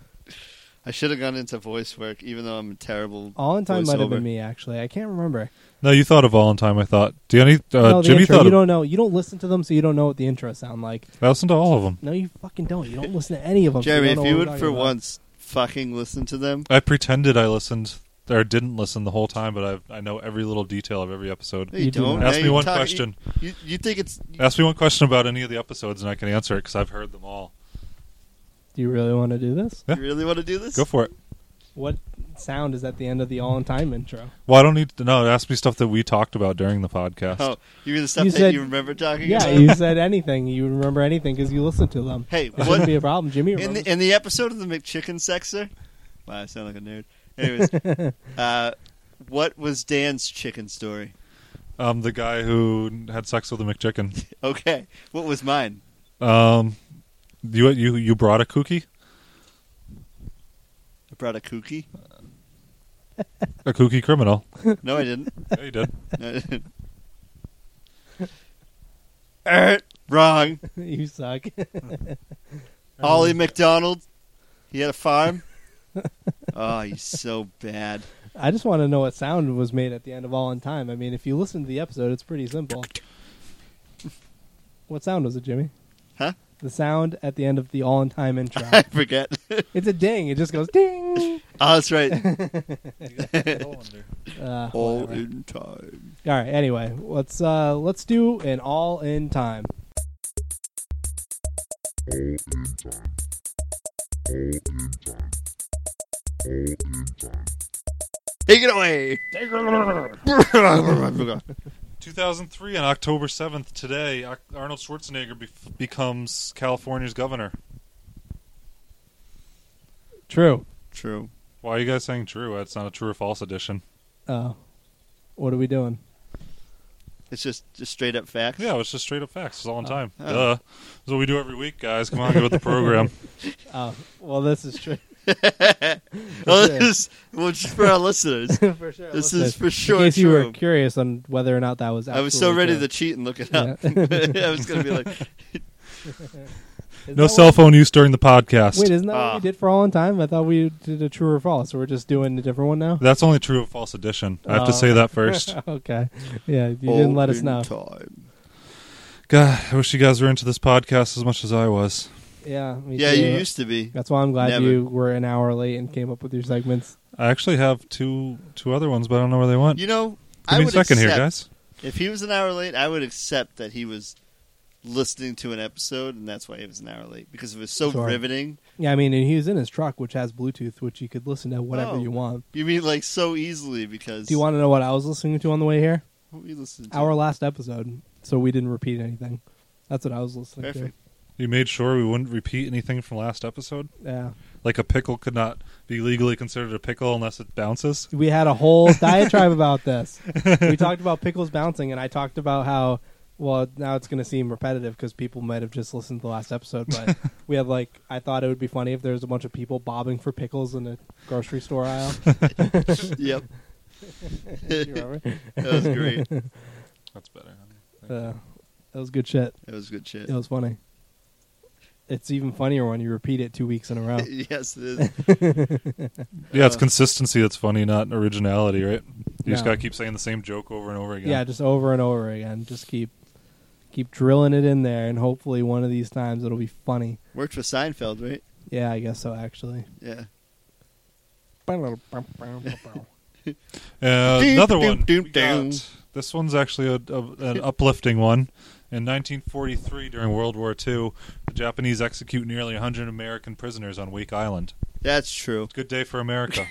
S3: I should have gone into voice work, even though I'm a terrible.
S1: All in time might have
S3: voiceover.
S1: been me actually. I can't remember.
S2: No, you thought of all in time. I thought. Do you any, uh,
S1: no, the
S2: Jimmy
S1: intro,
S2: thought
S1: you
S2: of,
S1: don't know. You don't listen to them, so you don't know what the intro sound like.
S2: I listened to all of them.
S1: No, you fucking don't. You don't listen to any of them. so
S3: Jeremy,
S1: don't
S3: if
S1: know
S3: you
S1: what
S3: would
S1: I'm
S3: for
S1: talking about.
S3: once fucking listen to them,
S2: I pretended I listened or didn't listen the whole time, but I I know every little detail of every episode.
S3: no, you,
S1: You do
S3: don't.
S1: not.
S2: Ask
S3: Now
S2: me
S3: you
S2: one
S3: talk-
S2: question.
S3: You, you, you think it's
S2: Ask me one question about any of the episodes, and I can answer it because I've heard them all.
S1: do you really want to do this?
S2: Yeah.
S3: you really want to do this?
S2: Go for it.
S1: What sound is at the end of the all in time intro?
S2: Well, I don't need to know. Ask me stuff that we talked about during the podcast.
S3: Oh, you mean the stuff
S1: You
S3: that
S1: said-
S3: you remember talking
S1: Yeah,
S3: about?
S1: you said anything. You remember anything because you listened to them.
S3: Hey,
S1: It shouldn't
S3: what,
S1: be a problem. Jimmy
S3: in
S1: remembers.
S3: the, in the episode of the McChicken Sexer, wow, I sound like a nerd. Anyways, uh, what was Dan's chicken story?
S2: Um, the guy who had sex with a McChicken.
S3: Okay, what was mine?
S2: Um, you you you brought a kookie,
S3: I brought a kookie.
S2: a kookie criminal.
S3: No, I didn't.
S2: Yeah, you did.
S3: No, I didn't. Er, wrong.
S1: you suck. Um,
S3: Ollie McDonald. He had a farm. oh, he's so bad.
S1: I just want to know what sound was made at the end of All in Time. I mean, if you listen to the episode, it's pretty simple. What sound was it, Jimmy?
S3: Huh?
S1: The sound at the end of the All in Time intro.
S3: I forget.
S1: it's a ding. It just goes ding.
S3: oh, that's right.
S1: Uh,
S3: All
S1: whatever.
S3: in time.
S1: All right. Anyway, let's uh let's do an all in time.
S3: Take it away.
S2: 2003 on October 7th today, Ar- Arnold Schwarzenegger be- becomes California's governor.
S1: True.
S3: True.
S2: Why are you guys saying true? That's not a true or false edition.
S1: Uh, what are we doing?
S3: It's just just straight up facts.
S2: Yeah, it's just straight up facts. It's all in time.
S3: Oh.
S2: Duh. That's what we do every week, guys. Come on, get with the program.
S1: Oh, well, this is true
S3: Well, this is well, just for our listeners.
S1: for sure.
S3: This
S1: Listen,
S3: is for sure
S1: In case you
S3: true.
S1: were curious on whether or not that was,
S3: I was so
S1: absolutely
S3: ready
S1: true.
S3: to cheat and look it up. I was going to be like,
S1: Is
S2: No
S1: that
S2: cell
S1: what-
S2: phone use during the podcast.
S1: Wait, isn't that what
S3: Ah.
S1: we did for all in time? I thought we did a true or false. So we're just doing a different one now.
S2: That's only true or false edition. I have to
S1: Oh.
S2: say that first.
S1: okay. Yeah, you didn't let us know.
S3: Time.
S2: God, I wish you guys were into this podcast as much as I was.
S1: Yeah. me
S3: Yeah,
S1: too.
S3: you used to be.
S1: That's why I'm glad
S3: Never.
S1: you were an hour late and came up with your segments.
S2: I actually have two two other ones, but I don't know where they went.
S3: You know,
S2: Give
S3: I
S2: me a
S3: would
S2: second here,
S3: accept-
S2: guys.
S3: If he was an hour late, I would accept that he was listening to an episode, and that's why he was an hour late because it was so
S1: Sure.
S3: riveting.
S1: Yeah, I mean, and he was in his truck, which has Bluetooth, which you could listen to whatever
S3: Oh.
S1: you want.
S3: You mean like so easily because
S1: Do you want to know what I was listening to on the way here?
S3: what we listened to
S1: Our last episode, so we didn't repeat anything. That's what I was listening
S3: Perfect.
S2: You made sure we wouldn't repeat anything from last episode.
S1: to. Yeah,
S2: Like a pickle could not be legally considered a pickle unless it bounces.
S1: we had a whole diatribe about this. We talked about pickles bouncing, and I talked about how. Well, now it's going to seem repetitive because people might have just listened to the last episode, but we had like I thought it would be funny if there was a bunch of people bobbing for pickles in a grocery store aisle.
S3: yep,
S1: you remember?
S3: that was great.
S2: That's better.
S1: Uh, that was good shit.
S3: That was good shit.
S1: It was funny. It's even funnier when you repeat it two weeks in a row.
S3: yes, it is.
S2: Yeah, it's consistency that's funny, not originality, right? You just
S1: Uh, No.
S2: gotta keep saying the same joke over and over again.
S1: Yeah, just over and over again. Just keep keep drilling it in there, and hopefully one of these times it'll be funny.
S3: Worked for Seinfeld, right?
S1: Yeah, I guess so. Actually,
S3: Yeah.
S2: Uh,
S3: Doom,
S2: another
S3: doom,
S2: one.
S3: doom,
S2: we got.
S3: doom.
S2: This one's actually a, a, an uplifting one. In 1943, during World War II, the Japanese execute nearly 100 American prisoners on Wake Island.
S3: That's true.
S2: Good day for America.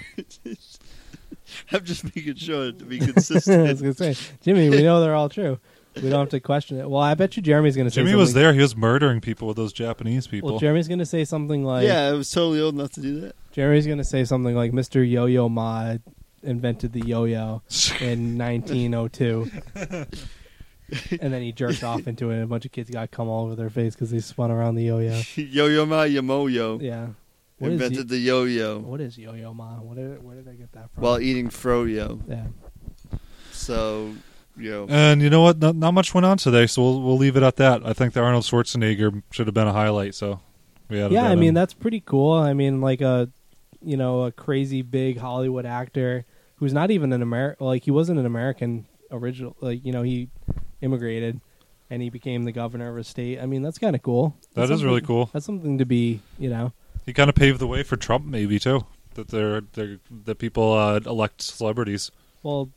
S3: I'm just making sure to be
S1: I was
S3: consistent.
S1: gonna say, Jimmy, we know they're all true. We don't have to question it. Well, I bet you Jeremy's gonna. Say
S2: Jimmy was
S1: something-
S2: there. He was murdering people with those Japanese people.
S1: Well, Jeremy's gonna say something like,
S3: yeah, I was totally old enough to do that.
S1: Jeremy's gonna say something like, "Mr. Yo-Yo Ma invented the yo-yo in 1902." and then he jerked off into it, and a bunch of kids got cum all over their face because they spun around the yo-yo.
S3: yo yo ma yo mo yo.
S1: Yeah. What is
S3: Invented
S1: yo-
S3: the yo yo
S1: what is yo-yo ma? What did, where did I get that from?
S3: while eating froyo.
S1: yeah.
S3: So, yo.
S2: And you know what? Not, not much went on today, so we'll we'll leave it at that. I think the Arnold Schwarzenegger should have been a highlight. So we added
S1: yeah,
S2: that
S1: I mean
S2: in.
S1: that's pretty cool. I mean, like a you know a crazy big Hollywood actor who's not even an American. Like he wasn't an American original. Like you know he immigrated and he became the governor of a state. I mean that's kind of cool.
S2: that
S1: That's
S2: is really
S1: something-
S2: cool.
S1: That's something to be you know.
S2: He kind of paved the way for Trump, maybe too. That they're, they're that people uh, elect celebrities.
S1: Well,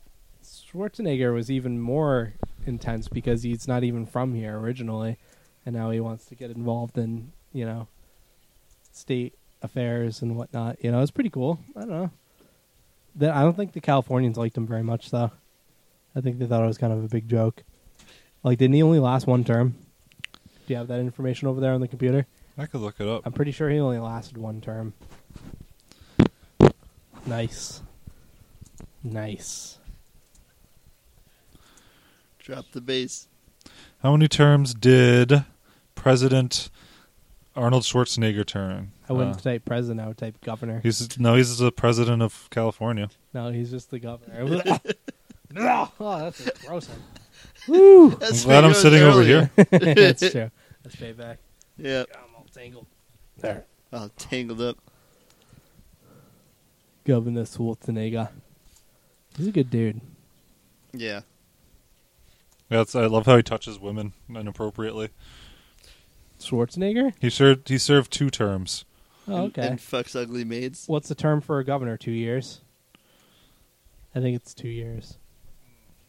S1: Schwarzenegger was even more intense because he's not even from here originally, and now he wants to get involved in you know state affairs and whatnot. You know, it's pretty cool. I don't know. That I don't think the Californians liked him very much, though. I think they thought it was kind of a big joke. Like, didn't he only last one term? Do you have that information over there on the computer?
S2: I could look it up.
S1: I'm pretty sure he only lasted one term. Nice. Nice.
S3: Drop the bass.
S2: How many terms did President Arnold Schwarzenegger turn?
S1: I wouldn't
S2: Uh,
S1: type president. I would type governor.
S2: he's no, he's the president of California.
S1: no, he's just the governor. oh, that's a gross one.
S3: That's
S2: I'm glad I'm
S3: what it was
S2: sitting over
S3: earlier.
S2: here.
S1: that's true. That's payback.
S3: Yeah,
S1: I'm all tangled.
S3: all tangled up.
S1: Governor Schwarzenegger. He's a good dude.
S3: Yeah.
S2: That's I love how he touches women inappropriately.
S1: Schwarzenegger?
S2: He served he served two terms.
S1: Oh,
S3: And-
S1: okay.
S3: And fucks ugly maids.
S1: What's the term for a governor? Two years? I think it's two years.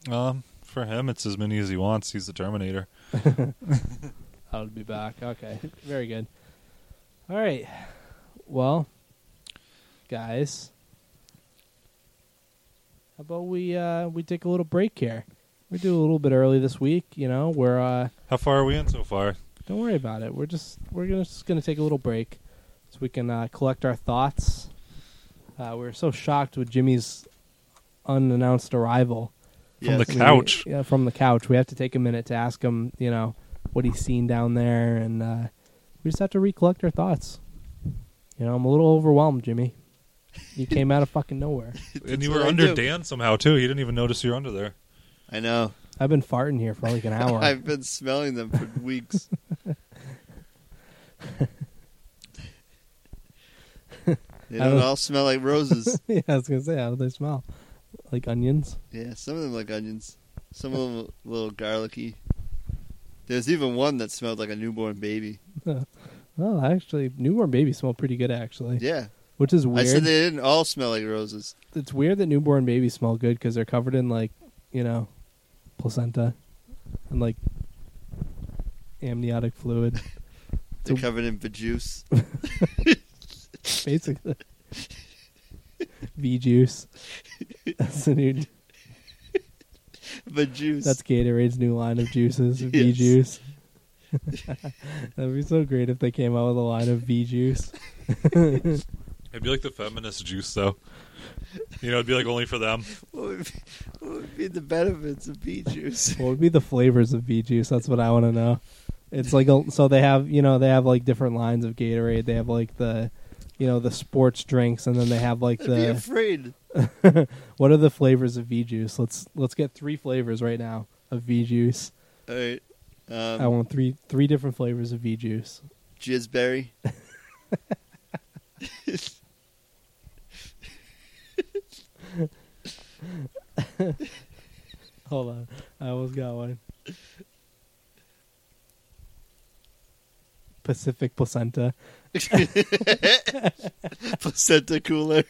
S2: Um, for him, it's as many as he wants. He's the Terminator.
S1: I'll be back. Okay. Very good. All right. Well, guys, how about we uh, we take a little break here? We do a little bit early this week. You know, we're uh,
S2: How far are we in so far?
S1: don't worry about it. We're just we're gonna just gonna take a little break so we can uh, collect our thoughts. Uh, we were so shocked with Jimmy's unannounced arrival.
S2: From
S3: Yes.
S2: the
S1: We-
S2: couch.
S1: yeah, from the couch. We have to take a minute to ask him, you know, what he's seen down there, and uh, we just have to recollect our thoughts. You know, I'm a little overwhelmed, Jimmy. You came out of fucking nowhere.
S2: and you
S3: what
S2: were
S3: I
S2: under
S3: do.
S2: Dan somehow too. He didn't even notice you're under there.
S3: I know.
S1: I've been farting here for like an hour.
S3: I've been smelling them for weeks. they
S1: I
S3: don't
S1: was-
S3: all smell like roses.
S1: yeah, I was gonna say, how do they smell? Like onions.
S3: yeah, some of them like onions. Some of them a little garlicky. There's even one that smelled like a newborn baby.
S1: Well, actually, newborn babies smell pretty good, actually.
S3: Yeah,
S1: Which is
S3: I
S1: weird.
S3: said they didn't all smell like roses.
S1: it's weird that newborn babies smell good because they're covered in like, you know, placenta and like amniotic fluid,
S3: They're
S1: So-
S3: covered in juice.
S1: basically. V juice. That's the new.
S3: Bejuice.
S1: That's Gatorade's new line of juices. V
S3: Yes.
S1: juice. That'd be so great if they came out with a line of V juice.
S2: It'd be like the feminist juice, though. You know, it'd be like only for them.
S3: what, would be, what would be the benefits of bee juice?
S1: What would be the flavors of V juice? That's what I want to know. It's like a, so they have you know they have like different lines of Gatorade. They have like the you know the sports drinks, and then they have like
S3: I'd be
S1: the
S3: afraid.
S1: what are the flavors of V juice? Let's let's get three flavors right now of V juice.
S3: All right. Um,
S1: I want three three different flavors of V juice.
S3: Jizzberry.
S1: Hold on, I almost got one. Pacific placenta.
S3: Placenta cooler.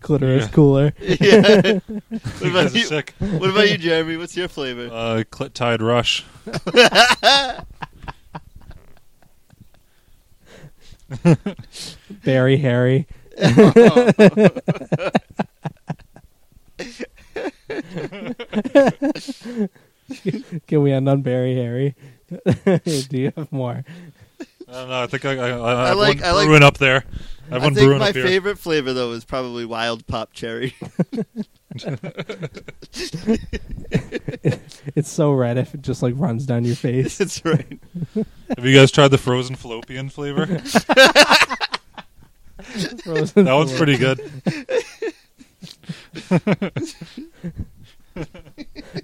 S1: clitoris
S2: Yeah.
S1: cooler.
S3: yeah. What
S2: You guys
S3: about
S2: are
S3: you?
S2: sick.
S3: What about you, Jeremy? What's your flavor?
S2: Uh, clit tide rush.
S1: Very hairy. Can we end on Barry Harry? Do you have more?
S2: I don't know. I think I, I, I, I have
S3: like-
S2: one
S3: I like-
S2: brewing up there. I have
S3: I
S2: one
S3: think
S2: brewing
S3: my
S2: up here.
S3: favorite flavor though is probably wild pop cherry.
S1: It's so red if it just like runs down your face.
S3: That's right.
S2: Have you guys tried the frozen fallopian flavor? that
S1: Frozen
S2: one's
S1: flavor.
S2: pretty good.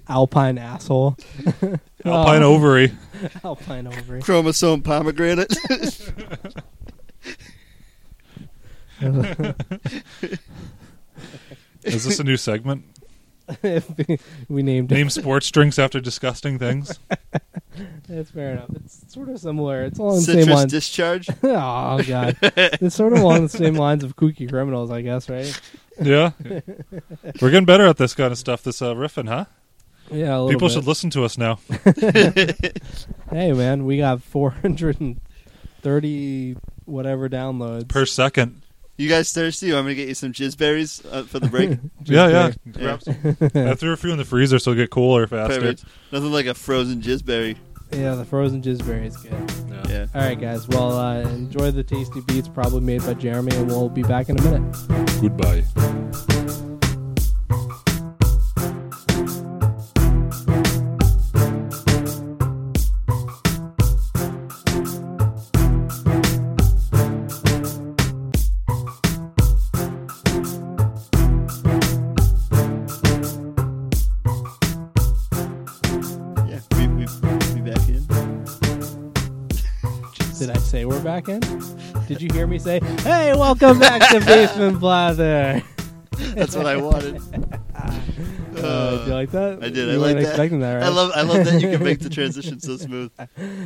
S1: Alpine asshole. Um,
S2: Alpine ovary.
S1: Alpine over.
S3: Chromosome pomegranate.
S2: Is this a new segment?
S1: we named it.
S2: Name sports drinks after disgusting things.
S1: That's fair enough. It's sort of similar. It's along the same
S3: Citrus
S1: lines.
S3: discharge.
S1: oh god, it's sort of along the same lines of kooky criminals, I guess, right?
S2: Yeah. We're getting better at this kind of stuff, this uh, riffing, huh?
S1: Yeah, a little
S2: People
S1: bit.
S2: should listen to us now.
S1: Hey man, we got 430 whatever downloads.
S2: Per second.
S3: You guys thirsty? I'm gonna get you some jizzberries uh, for the break.
S2: Yeah, yeah.
S3: Yeah.
S2: Grab some. I threw a few in the freezer so it'll get cooler faster.
S3: Perfect. Nothing like a frozen jizzberry.
S1: yeah, the frozen jizzberry is good.
S3: Yeah.
S1: All right, guys. Well, uh, enjoy the tasty beats, probably made by Jeremy, and we'll be back in a minute.
S2: Goodbye.
S3: Yeah. We we be back in.
S1: Did I say we're we're back in? Did you hear me say, "Hey, welcome back to Basement Blather"?
S3: That's what I wanted.
S1: Uh, did you like that?
S3: I did.
S1: You
S3: I like
S1: weren't
S3: that.
S1: expecting that, right?
S3: I love. I love that you can make the transition so smooth.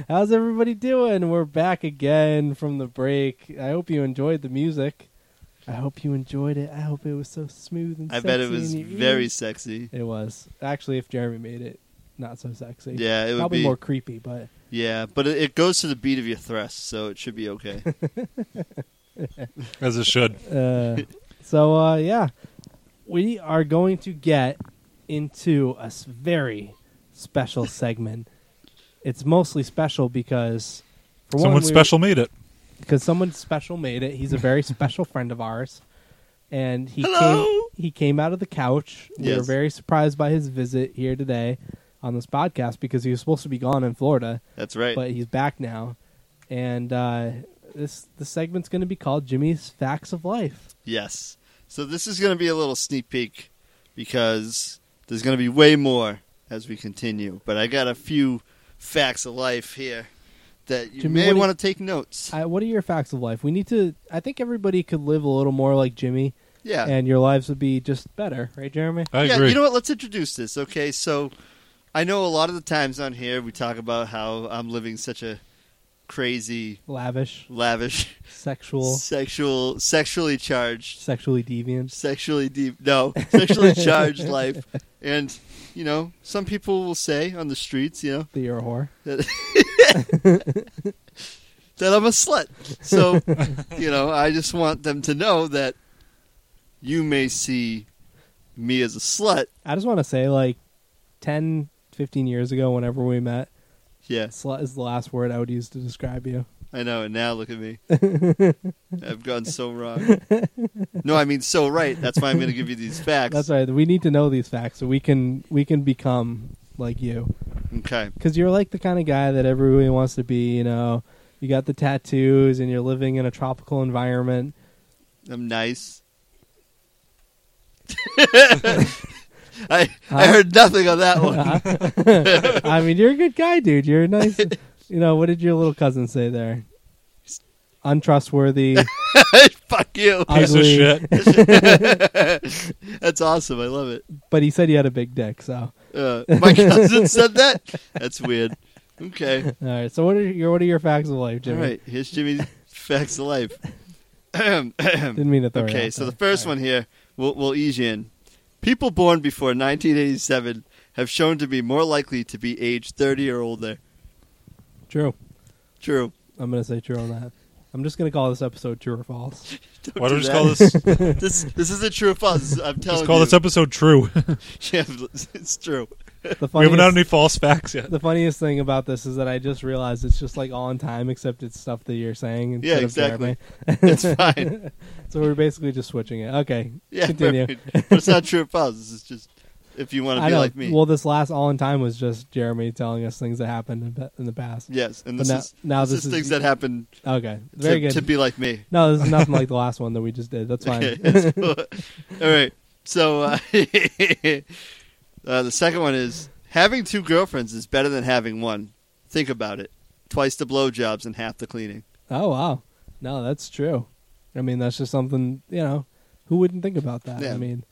S1: How's everybody doing? We're back again from the break. I hope you enjoyed the music. I hope you enjoyed it. I hope it was so smooth and
S3: I bet it
S1: sexy
S3: was
S1: in your
S3: very
S1: ears.
S3: sexy.
S1: It was actually if Jeremy made it, not so sexy.
S3: Yeah, it would
S1: probably
S3: be.
S1: more creepy, but
S3: Yeah, but it, it goes to the beat of your thrust, so it should be okay.
S2: as it should.
S1: Uh, so uh, yeah, we are going to get into a s- very special segment. It's mostly special because for one,
S2: Someone
S1: we-
S2: special made it.
S1: because someone special made it. He's a very special friend of ours, and he
S3: Hello.
S1: came he came out of the couch. We were
S3: Yes.
S1: very surprised by his visit here today on this podcast because he was supposed to be gone in Florida,
S3: That's right.
S1: but he's back now, and uh, this the segment's going to be called Jimmy's Facts of Life.
S3: Yes. So this is going to be a little sneak peek because there's going to be way more as we continue. But I got a few facts of life here that you
S1: Jimmy,
S3: may
S1: what do
S3: want to take notes.
S1: I, what are your facts of life? We need to. I think everybody could live a little more like Jimmy,
S3: yeah.
S1: and your lives would be just better, right, Jeremy?
S2: I
S3: yeah,
S2: agree.
S3: you know what? Let's introduce this. Okay, so I know a lot of the times on here we talk about how I'm living such a crazy,
S1: Lavish,
S3: lavish,
S1: sexual,
S3: sexual, sexually charged
S1: sexually deviant.
S3: sexually deep no sexually charged life and you know some people will say on the streets you know
S1: That you're a whore.
S3: that i'm a slut so you know i just want them to know that you may see me as a slut
S1: I just want to say, like, 10, 15 years ago, whenever we met,
S3: yes
S1: slut is the last word I would use to describe you.
S3: i know and now look at me i've gone so wrong no i mean so right that's why i'm going to give you these facts
S1: That's right. We need to know these facts so we can we can become like you.
S3: okay
S1: because you're like the kind of guy that everybody wants to be. You know, you got the tattoos, and you're living in a tropical environment.
S3: i'm nice I, I
S1: Huh?
S3: heard nothing on that one.
S1: I mean, you're a good guy, dude. You're a nice. You know, what did your little cousin say there? Untrustworthy.
S3: Fuck you.
S2: Piece of
S1: ugly.
S2: shit.
S3: That's awesome. I love it.
S1: but he said he had a big dick. So,
S3: Uh, my cousin said that. That's weird. Okay.
S1: all right. So, what are your what are your facts of life,
S3: All
S1: Jimmy?
S3: right. Here's Jimmy's facts of life.
S1: Didn't mean to throw.
S3: okay. So the first one here, we'll, we'll ease you in. People born before 1987 have shown to be more likely to be age 30 or older.
S1: one. True.
S3: True.
S1: I'm gonna say true on that. I'm just gonna call this episode true or false.
S3: Don't
S2: Why don't we
S3: do
S2: just
S3: that.
S2: call this
S3: this? This is a true or false. This is- I'm telling
S2: just call
S3: you.
S2: this episode true?
S3: Yeah, it's true.
S1: The
S2: we haven't had
S1: funniest,
S2: any false facts yet.
S1: the funniest thing about this is that I just realized it's just like on time, except it's stuff that you're saying. Instead
S3: Yeah,
S1: of
S3: exactly.
S1: Jeremy.
S3: It's fine.
S1: so we're basically just switching it. Okay,
S3: Yeah,
S1: continue.
S3: perfect. but it's not true or false. This is just if you want to
S1: I
S3: be
S1: know.
S3: like me.
S1: Well, this last all in time was just Jeremy telling us things that happened in, the- in the past.
S3: yes, and
S1: but
S3: this
S1: now-
S3: is
S1: now
S3: this,
S1: this
S3: is,
S1: is-
S3: things that happen
S1: Okay, very
S3: to,
S1: good.
S3: to be like me.
S1: no, this is nothing like the last one that we just did. That's fine.
S3: Okay, that's cool. All right. So uh, uh, the second one is having two girlfriends is better than having one. Think about it. Twice the blowjobs and half the cleaning.
S1: oh wow, no, that's true. I mean, that's just something you know. Who wouldn't think about that?
S3: Yeah.
S1: I mean,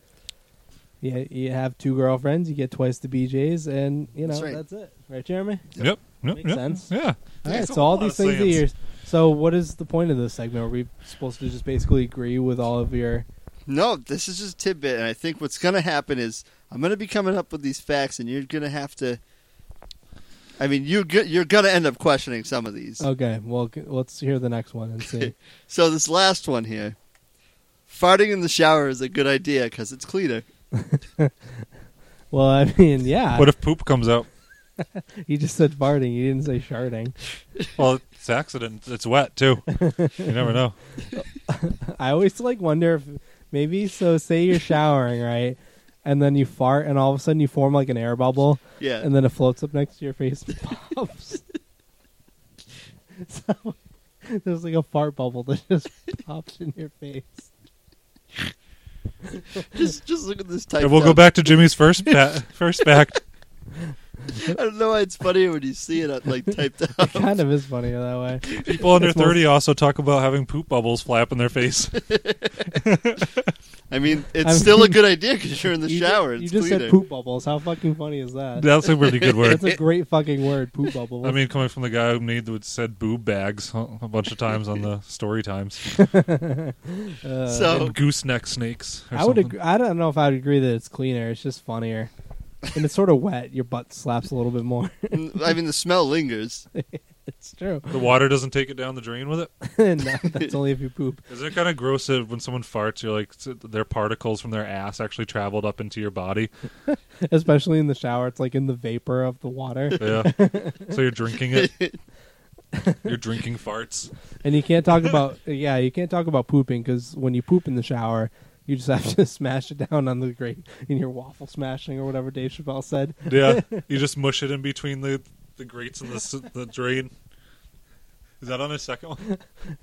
S1: yeah, you have two girlfriends, you get twice the BJ's, and you know
S3: That's
S1: that's,
S3: right.
S1: it, right, Jeremy?
S2: Yep. Yep.
S1: Makes
S2: yep,
S1: sense.
S2: Yeah.
S1: All right,
S2: Makes a
S1: so all
S2: lot
S1: these
S2: of
S1: things that
S2: sense.
S1: you're. So, what is the point of this segment? Are we supposed to just basically agree with all of your?
S3: No, this is just a tidbit, and I think what's going to happen is I'm going to be coming up with these facts, and you're going to have to. I mean, you you're going to end up questioning some of these.
S1: Okay, well, g- let's hear the next one and see.
S3: So this last one here, farting in the shower is a good idea because it's cleaner.
S1: well, I mean, yeah,
S2: What if poop comes out?
S1: you just said farting. You didn't say sharding.
S2: Well, it's accident. It's wet too. You never know.
S1: I always like wonder if maybe so. Say you're showering, right? And then you fart, and all of a sudden you form like an air bubble,
S3: Yeah,
S1: and then it floats up next to your face and pops. so there's like a fart bubble that just pops in your face.
S3: just just look at this type.
S2: And we'll go
S3: down.
S2: back to Jimmy's first ba- first fact.
S3: I don't know why it's funnier when you see it uh, like typed
S1: It
S3: out.
S1: kind of is funnier that way.
S2: People under
S1: It's more-
S2: 30 also talk about having poop bubbles flap in their face.
S3: I mean, it's
S1: I
S3: still a
S1: mean,
S3: good idea because you're in the
S1: You ju-
S3: shower.
S1: You
S3: it's
S1: just
S3: cleaner.
S1: said poop bubbles. How fucking funny is that?
S2: That's a pretty good word.
S1: That's a great fucking word, poop bubbles.
S2: I mean, coming from the guy who made the said boob bags a a bunch of times on the story times.
S1: Uh,
S3: So-
S2: And gooseneck snakes. Or
S1: I would.
S2: something.
S1: Agree, I don't know if I'd agree that it's cleaner. It's just funnier, and it's sort of wet. Your butt slaps a little bit more.
S3: Mm, I mean, the smell lingers.
S1: it's true.
S2: The water doesn't take it down the drain with it.
S1: no, that's only if you poop.
S2: Isn't it kind of gross that when someone farts, you're like, s- their particles from their ass actually traveled up into your body?
S1: Especially in the shower, it's like in the vapor of the water,
S2: Yeah. so you're drinking it. You're drinking farts.
S1: and you can't talk about. Yeah, you can't talk about pooping because when you poop in the shower. You just have to smash it down on the grate in your waffle smashing or whatever Dave Chappelle said.
S2: Yeah. You just mush it in between the, the grates and the, s- the drain. Is that on the second one?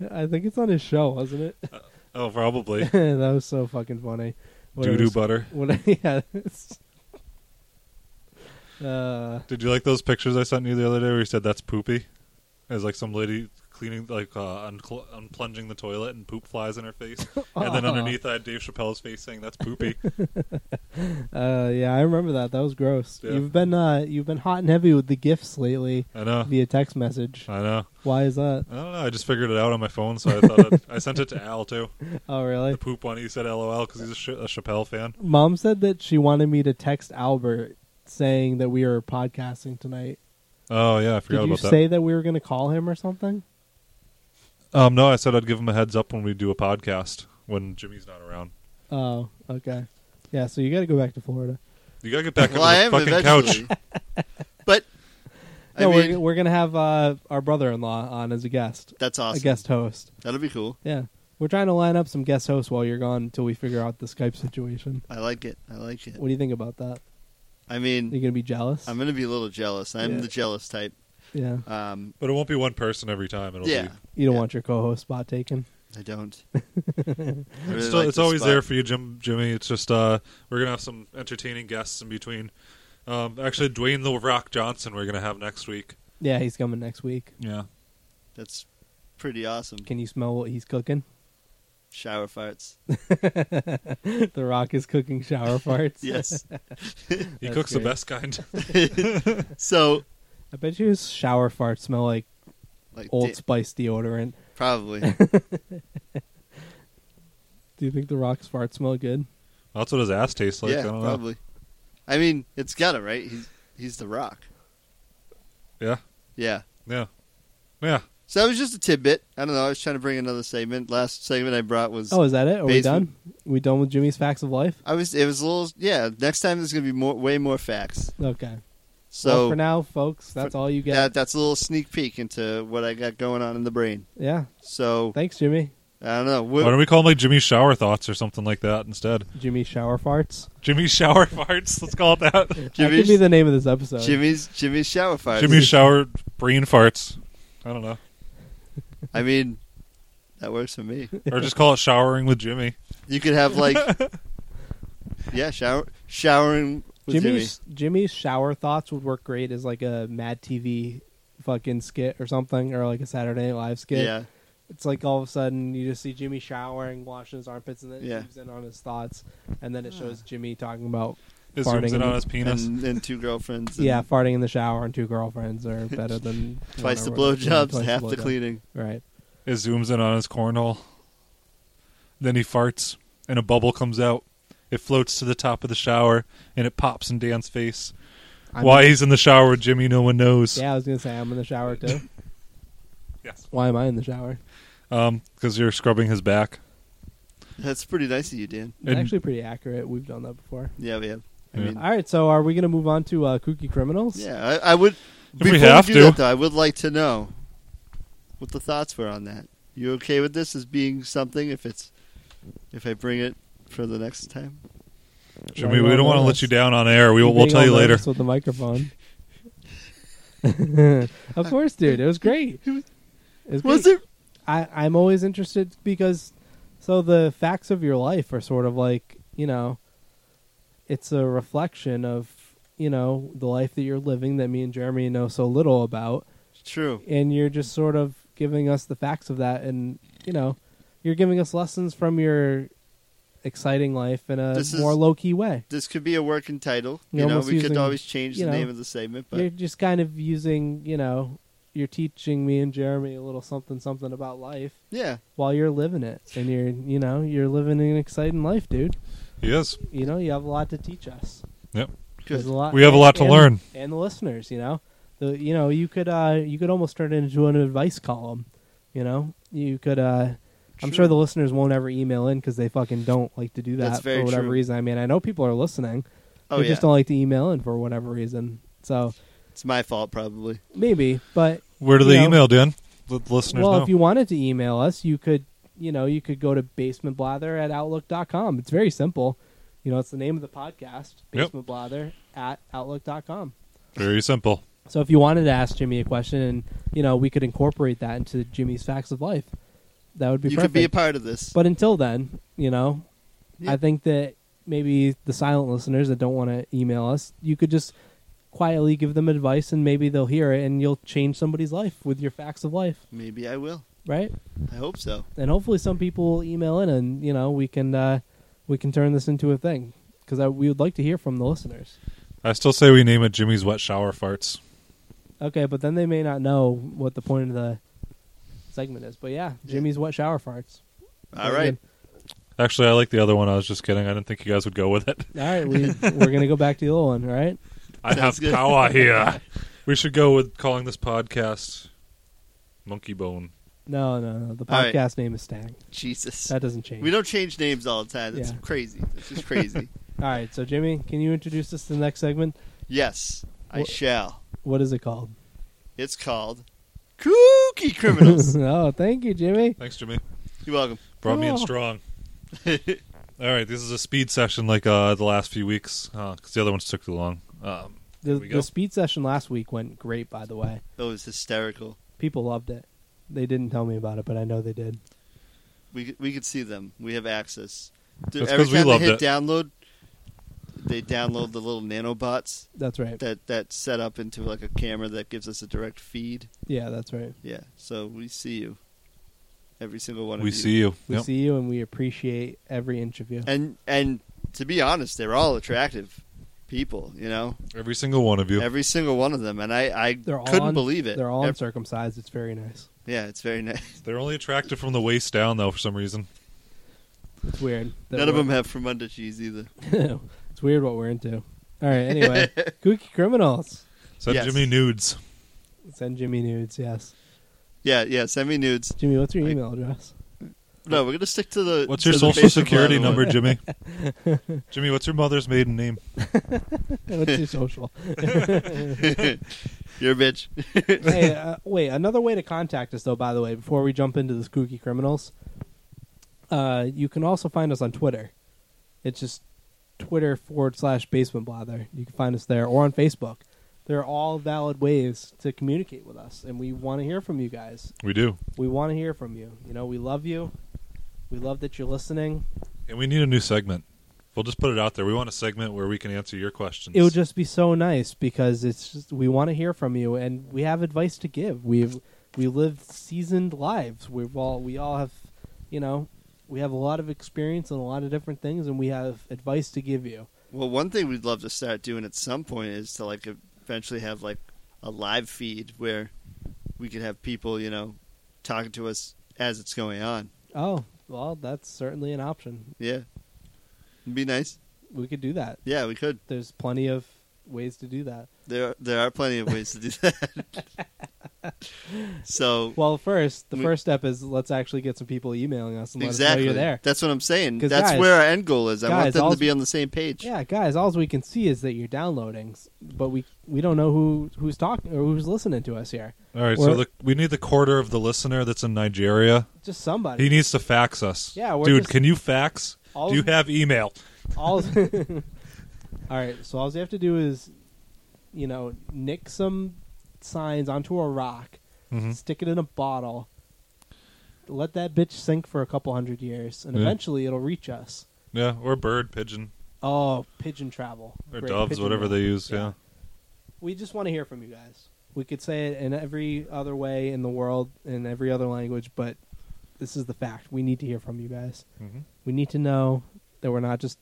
S1: I think it's on his show, wasn't it?
S2: Oh, probably.
S1: that was so fucking funny. What it
S2: Doo doo
S1: was-
S2: butter.
S1: What? Yeah. it's- uh,
S2: Did you like those pictures I sent you the other day where you said that's poopy? As like some lady cleaning, like uh, uncl- unplunging the toilet and poop flies in her face. And then
S1: Aw.
S2: underneath I had Dave Chappelle's face saying that's poopy.
S1: uh, yeah, I remember that. That was gross.
S2: Yeah.
S1: You've been uh, you've been hot and heavy with the gifts lately
S2: I know.
S1: via text message.
S2: I know.
S1: Why is that?
S2: I don't know. I just figured it out on my phone, so I thought I'd, I sent it to Al too.
S1: Oh,
S2: The
S1: really?
S2: poop one. He said LOL because he's a, Ch- a Chappelle fan.
S1: Mom said that she wanted me to text Albert saying that we were podcasting tonight.
S2: Oh yeah, I
S1: Did
S2: forgot
S1: you
S2: about that.
S1: say that. we were going to call him or something?
S2: um, no, I said I'd give him a heads up when we do a podcast when Jimmy's not around.
S1: Oh, okay. Yeah, so you got to go back to Florida.
S2: You gotta get back
S3: well, I am
S2: up on the fucking couch.
S3: eventually. but I
S1: No,
S3: mean,
S1: we're we're gonna have uh, our brother-in-law on as a guest,
S3: that's
S1: a
S3: awesome.
S1: guest host.
S3: That'll be cool.
S1: Yeah. We're trying to line up some guest hosts while you're gone until we figure out the Skype situation.
S3: I like it. I like it.
S1: What do you think about that?
S3: I
S1: Are you
S3: mean,
S1: going to be jealous?
S3: I'm gonna be a little jealous. I'm
S1: Yeah.
S3: the jealous type.
S1: yeah.
S3: Um,
S2: But it won't be one person every time. It'll
S3: yeah,
S2: be
S1: You don't
S3: Yeah.
S1: want your co-host spot taken.
S3: I don't. I really
S2: It's, still,
S3: like
S2: it's
S3: this
S2: always
S3: spot.
S2: there for you, Jim, Jimmy. It's just uh, we're gonna have some entertaining guests in between. Um, actually, Dwayne the Rock Johnson, we're gonna have next week.
S1: Yeah, he's coming next week.
S2: Yeah,
S3: That's pretty awesome.
S1: Can you smell what he's cooking?
S3: Shower farts.
S1: the Rock is cooking shower farts.
S3: Yes.
S2: he
S1: That's
S2: cooks the
S1: great.
S2: best kind.
S3: so
S1: I bet you his shower farts smell like
S3: like
S1: Old
S3: da-
S1: Spice deodorant.
S3: probably.
S1: Do you think The Rock's farts smell good?
S2: That's what his ass tastes like.
S3: yeah,
S2: I don't
S3: probably. I mean, it's gotta right. He's he's the Rock.
S2: know. Yeah,
S3: Yeah.
S2: yeah, yeah.
S3: So that was just a tidbit. I don't know. I was trying to bring another segment. Last segment I brought was
S1: Oh, is that it? Are we
S3: Basement.
S1: done? we done with Jimmy's Facts of Life?
S3: I was it was a little yeah. Next time there's gonna be more way more facts.
S1: Okay. well,
S3: So
S1: for now, folks, that's all you get.
S3: that, that's a little sneak peek into what I got going on in the brain.
S1: yeah.
S3: So
S1: Thanks, Jimmy.
S3: I don't know.
S2: Why
S3: We're-
S2: don't we call him like Jimmy Shower Thoughts or something like that instead?
S1: Jimmy shower farts.
S2: Jimmy Shower Farts. Let's call it that.
S1: that could
S3: Jimmy's
S1: be the uh, name of this episode.
S3: Jimmy's Jimmy's shower farts.
S2: Jimmy Shower Brain Farts. I don't know,
S3: I mean, that works for me.
S2: or just call it Showering with Jimmy.
S3: You could have like yeah, shower showering with Jimmy.
S1: Jimmy's Jimmy's shower thoughts would work great as like a Mad TV fucking skit or something, or like a Saturday Night Live skit.
S3: Yeah,
S1: It's like all of a sudden you just see Jimmy showering, washing his armpits, and then
S3: Yeah.
S1: it zooms in on his thoughts, and then it shows Jimmy talking about
S2: It
S1: Farting
S2: zooms in
S1: in
S2: on
S1: the-
S2: his penis.
S3: and, and two girlfriends. And
S1: yeah, farting in the shower and two girlfriends are better than
S3: twice the
S1: whatever, yeah,
S3: blowjobs,
S1: twice
S3: half the
S1: blowjob.
S3: cleaning.
S1: Right.
S2: It zooms in on his cornhole. Then he farts, and a bubble comes out. It floats to the top of the shower, and it pops in Dan's face.
S1: I'm
S2: Why
S1: in-
S2: he's in the shower with Jimmy, no one knows.
S1: yeah, I was gonna say I'm in the shower too.
S2: Yes.
S1: Why am I in the shower?
S2: Because you're scrubbing his back.
S3: That's pretty nice of you, Dan.
S1: It's
S2: And-
S1: actually pretty accurate. We've done that before.
S3: Yeah, we have. I
S2: Yeah.
S3: mean,
S1: All right, so are we gonna move on to uh, kooky criminals?
S3: yeah, I, I would.
S2: If
S3: before
S2: we have
S3: do
S2: to.
S3: that, though, I would like to know what the thoughts were on that. You okay with this as being something? If it's if I bring it for the next time,
S2: Jimmy,
S1: you
S2: we
S1: all
S2: don't want to let
S1: nervous?
S2: you down on air. We,
S1: You
S2: will we'll
S1: being
S2: tell
S1: all
S2: you later.
S1: nervous With the microphone. of course, dude. It was great. It was,
S3: was
S1: great.
S3: it?
S1: I, I'm always interested because, so the facts of your life are sort of like you know, it's a reflection of you know, the life that you're living that me and Jeremy know so little about.
S3: True.
S1: And you're just sort of giving us the facts of that. And, you know, you're giving us lessons from your exciting life in a
S3: This is-
S1: more low key way.
S3: This could be a working title.
S1: You
S3: You, know,
S1: almost
S3: we could
S1: using-
S3: always change
S1: you
S3: the
S1: know,
S3: name of the segment,
S1: you're
S3: but
S1: just kind of using, you know, you're teaching me and Jeremy a little something, something about life
S3: yeah,
S1: while you're living it. And you're, you know, you're living an exciting life, dude.
S2: He is.
S1: You know, you have a lot to teach us.
S2: Yep.
S1: There's
S3: good.
S1: lot-
S2: We have a lot to
S1: and-
S2: learn.
S1: and the listeners. You know, the you know you could uh you could almost turn it into an advice column. You know, you could. uh I'm
S3: True.
S1: sure the listeners won't ever email in because they fucking don't like to do that
S3: That's very
S1: for whatever
S3: true.
S1: reason. I mean, I know people are listening.
S3: Oh
S1: they
S3: yeah,
S1: just don't like to email in for whatever reason. So
S3: it's my fault probably.
S1: maybe, but
S2: Where do
S1: you
S2: they
S1: know-
S2: email, Dan? Let the listeners
S1: well,
S2: know.
S1: if you wanted to email us, you could, you know, you could go to basementblather at outlook.com. It's very simple. You know, it's the name of the podcast,
S2: Yep.
S1: Basement Blather at outlook.com.
S2: Very simple.
S1: So if you wanted to ask Jimmy a question and, you know, we could incorporate that into Jimmy's facts of life, that would be
S3: you
S1: perfect.
S3: could be a part of this.
S1: but until then, you know,
S3: Yeah.
S1: I think that maybe the silent listeners that don't want to email us, you could just quietly give them advice and maybe they'll hear it and you'll change somebody's life with your facts of life,
S3: Maybe I will.
S1: right?
S3: I hope so.
S1: and hopefully some people will email in and you know we can uh we can turn this into a thing because we would like to hear from the listeners
S2: I still say we name it Jimmy's Wet Shower Farts.
S1: okay but then they may not know what the point of the segment is but yeah jimmy's wet shower farts Oh,
S3: All right.
S2: Actually, I like the other one. I was just kidding. I didn't think you guys would go with it.
S1: all right we, we're gonna go back to the old one all right
S2: I have
S3: Sounds good.
S2: power here. We should go with calling this podcast Monkey Bone.
S1: no no no the
S3: All right.
S1: podcast name is stag
S3: Jesus.
S1: that doesn't change
S3: We don't change names all the time. That's
S1: Yeah.
S3: crazy. That's just crazy.
S1: all right so jimmy can you introduce us to the next segment
S3: yes, I
S1: What-
S3: shall.
S1: what is it called
S3: It's called Kooky Criminals.
S1: oh thank you jimmy
S2: Thanks, Jimmy.
S3: You're welcome.
S2: Brought me in
S3: Oh.
S1: Cool.
S2: strong. All right, this is a speed session like uh, the last few weeks because the other ones took too long. Um,
S1: the,
S2: Here we go.
S1: the speed session last week went great by the way
S3: That was hysterical.
S1: people loved it they didn't tell me about it but i know they did
S3: We we could see them. We have access. Dude,
S2: That's
S3: every
S2: 'cause we
S3: time
S2: loved
S3: they hit
S2: it.
S3: download, they download the little nanobots
S1: That's right.
S3: that that's set up into like a camera that gives us a direct feed.
S1: yeah, that's right.
S3: Yeah, so we see you. Every single one
S2: we
S3: of you.
S2: see you.
S1: We
S2: Yep.
S1: see you and we appreciate every inch of you.
S3: And and to be honest, they're all attractive people. You know,
S2: Every single one of you.
S3: every single one of them. And I I
S1: They're all
S3: couldn't
S1: un-
S3: believe it.
S1: They're all
S3: Ev-
S1: uncircumcised. It's very nice.
S3: yeah, it's very nice.
S2: They're only attracted from the waist down, though, for some reason.
S1: It's weird. that
S3: None of
S1: we're-
S3: them have from under cheese either.
S1: it's weird what we're into. All right. Anyway, kooky criminals.
S2: Send
S3: Yes.
S2: Jimmy nudes.
S1: Send Jimmy nudes. Yes.
S3: Yeah, yeah. Send me nudes.
S1: Jimmy, what's your
S3: I-
S1: email address?
S3: No, we're gonna stick to the.
S2: What's
S3: to
S2: your
S3: the
S2: social
S3: basic
S2: security
S3: one.
S2: number, Jimmy? Jimmy, what's your mother's maiden name?
S1: what's your social?
S3: You're a bitch.
S1: hey, uh, wait. Another way to contact us, though, by the way, before we jump into this kooky criminals, uh, you can also find us on Twitter. It's just Twitter forward slash basement blather. You can find us there or on Facebook. They're all valid ways to communicate with us, and we want to hear from you guys.
S2: We do.
S1: We want to hear from you. You know, we love you. We love that you're listening.
S2: And we need a new segment. We'll just put it out there. We want a segment where we can answer your questions.
S1: It would just be so nice because it's just we want to hear from you and we have advice to give. We've we live seasoned lives. We've all we all have, you know, we have a lot of experience in a lot of different things and we have advice to give you.
S3: well, one thing we'd love to start doing at some point is to like eventually have like a live feed where we could have people, you know, talking to us as it's going on.
S1: Oh, well, that's certainly an option.
S3: Yeah, It'd be nice.
S1: We could do that.
S3: Yeah, we could.
S1: There's plenty of ways to do that.
S3: There, there are plenty of ways to do that. so
S1: Well, first, the
S3: We-
S1: first step is let's actually get some people emailing us and let us
S3: exactly,
S1: know you're there.
S3: that's what I'm saying.
S1: 'Cause
S3: That's
S1: guys-
S3: where our end goal is. I
S1: guys,
S3: want them
S1: all's-
S3: to be on the same page.
S1: Yeah, guys, all we can see is that you're downloading, s- but we we don't know who who's talking or who's listening to us here.
S2: All right,
S1: We're-
S2: so the, we need the quarter of the listener that's in Nigeria.
S1: Just somebody.
S2: He needs to fax us.
S1: Yeah, we're
S2: dude,
S1: just-
S2: can you fax?
S1: All
S2: Do you
S1: of-
S2: have email?
S1: all, all right. So all you have to do is, you know, nick some signs onto a rock,
S2: Mhm.
S1: stick it in a bottle, let that bitch sink for a couple hundred years, and
S2: Yeah.
S1: eventually it'll reach us.
S2: Yeah, or bird, pigeon.
S1: Oh, pigeon travel.
S2: or
S1: Great,
S2: doves,
S1: pigeon
S2: whatever
S1: travel.
S2: they use. Yeah.
S1: Yeah. We just want to hear from you guys. We could say it in every other way in the world, in every other language, but this is the fact. We need to hear from you guys.
S2: Mhm.
S1: We need to know that we're not just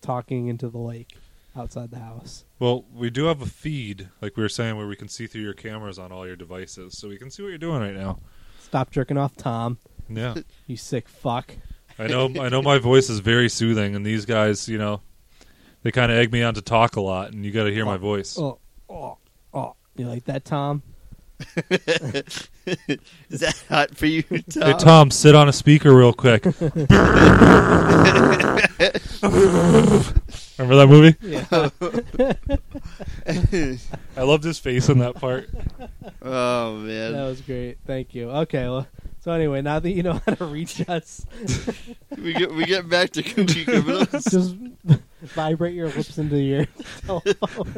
S1: talking into the lake outside the house.
S2: Well, we do have a feed, like we were saying, where we can see through your cameras on all your devices, so we can see what you're doing right now.
S1: Stop jerking off, Tom.
S2: Yeah,
S1: You sick fuck.
S2: I know. I know my voice is very soothing, and these guys, you know, they kind of egg me on to talk a lot, and you got to hear my voice.
S1: Oh, oh, oh. You like that, Tom?
S3: Is that hot for you, Tom?
S2: Hey Tom, sit on a speaker real quick. Remember that movie?
S1: Yeah.
S2: I loved his face in that part.
S3: oh
S1: that
S3: man.
S1: was great. Thank you. Okay. Well, so anyway, now that you know how to reach us,
S3: We get we get back to cookie criminals.
S1: just vibrate your lips into your telephone.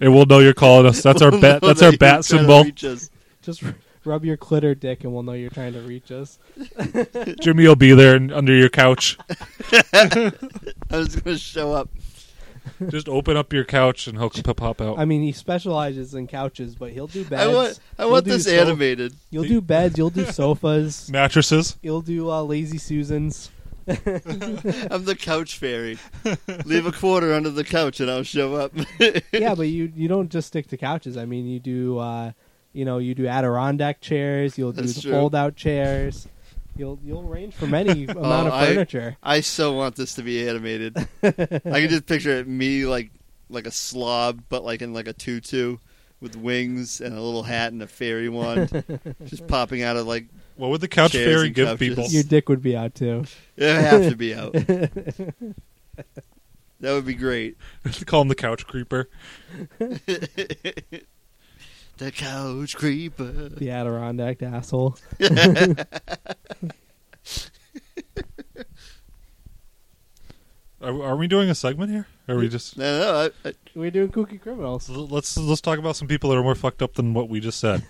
S2: It will know you're calling us. That's our bat.
S3: No,
S2: That's our
S3: they try to
S2: bat symbol.
S3: reach us.
S1: Just r- rub your clitter dick, and we'll know you're trying to reach us.
S2: Jimmy will be there and under your couch.
S3: I was gonna show up.
S2: Just open up your couch and he'll pop pop out.
S1: I mean, he specializes in couches, but he'll do beds.
S3: I want I
S1: He'll
S3: want
S1: do
S3: this
S1: so-
S3: animated.
S1: You'll do beds. You'll do sofas.
S2: Mattresses.
S1: You'll do uh, lazy susans.
S3: I'm the couch fairy. Leave a quarter under the couch and I'll show up.
S1: yeah, but you you don't just stick to couches. I mean, you do uh, you know you do Adirondack chairs. You'll do
S3: That's
S1: the
S3: true.
S1: fold out chairs. You'll you'll range from any amount
S3: Oh,
S1: of
S3: I-
S1: furniture.
S3: I so want this to be animated. I can just picture it me like like a slob, but like in like a tutu with wings and a little hat and a fairy wand, just popping out of like
S2: What would the couch
S3: Chairs
S2: fairy
S3: and
S2: give
S3: couches.
S2: people?
S1: Your dick would be out too.
S3: it would have to be out. that would be great.
S2: Call him the couch creeper.
S3: the couch creeper.
S1: The Adirondack asshole.
S2: Are, are we doing a segment here? Are we just
S3: No, no, I, I,
S1: We're doing kooky criminals.
S2: let's let's talk about some people that are more fucked up than what we just said.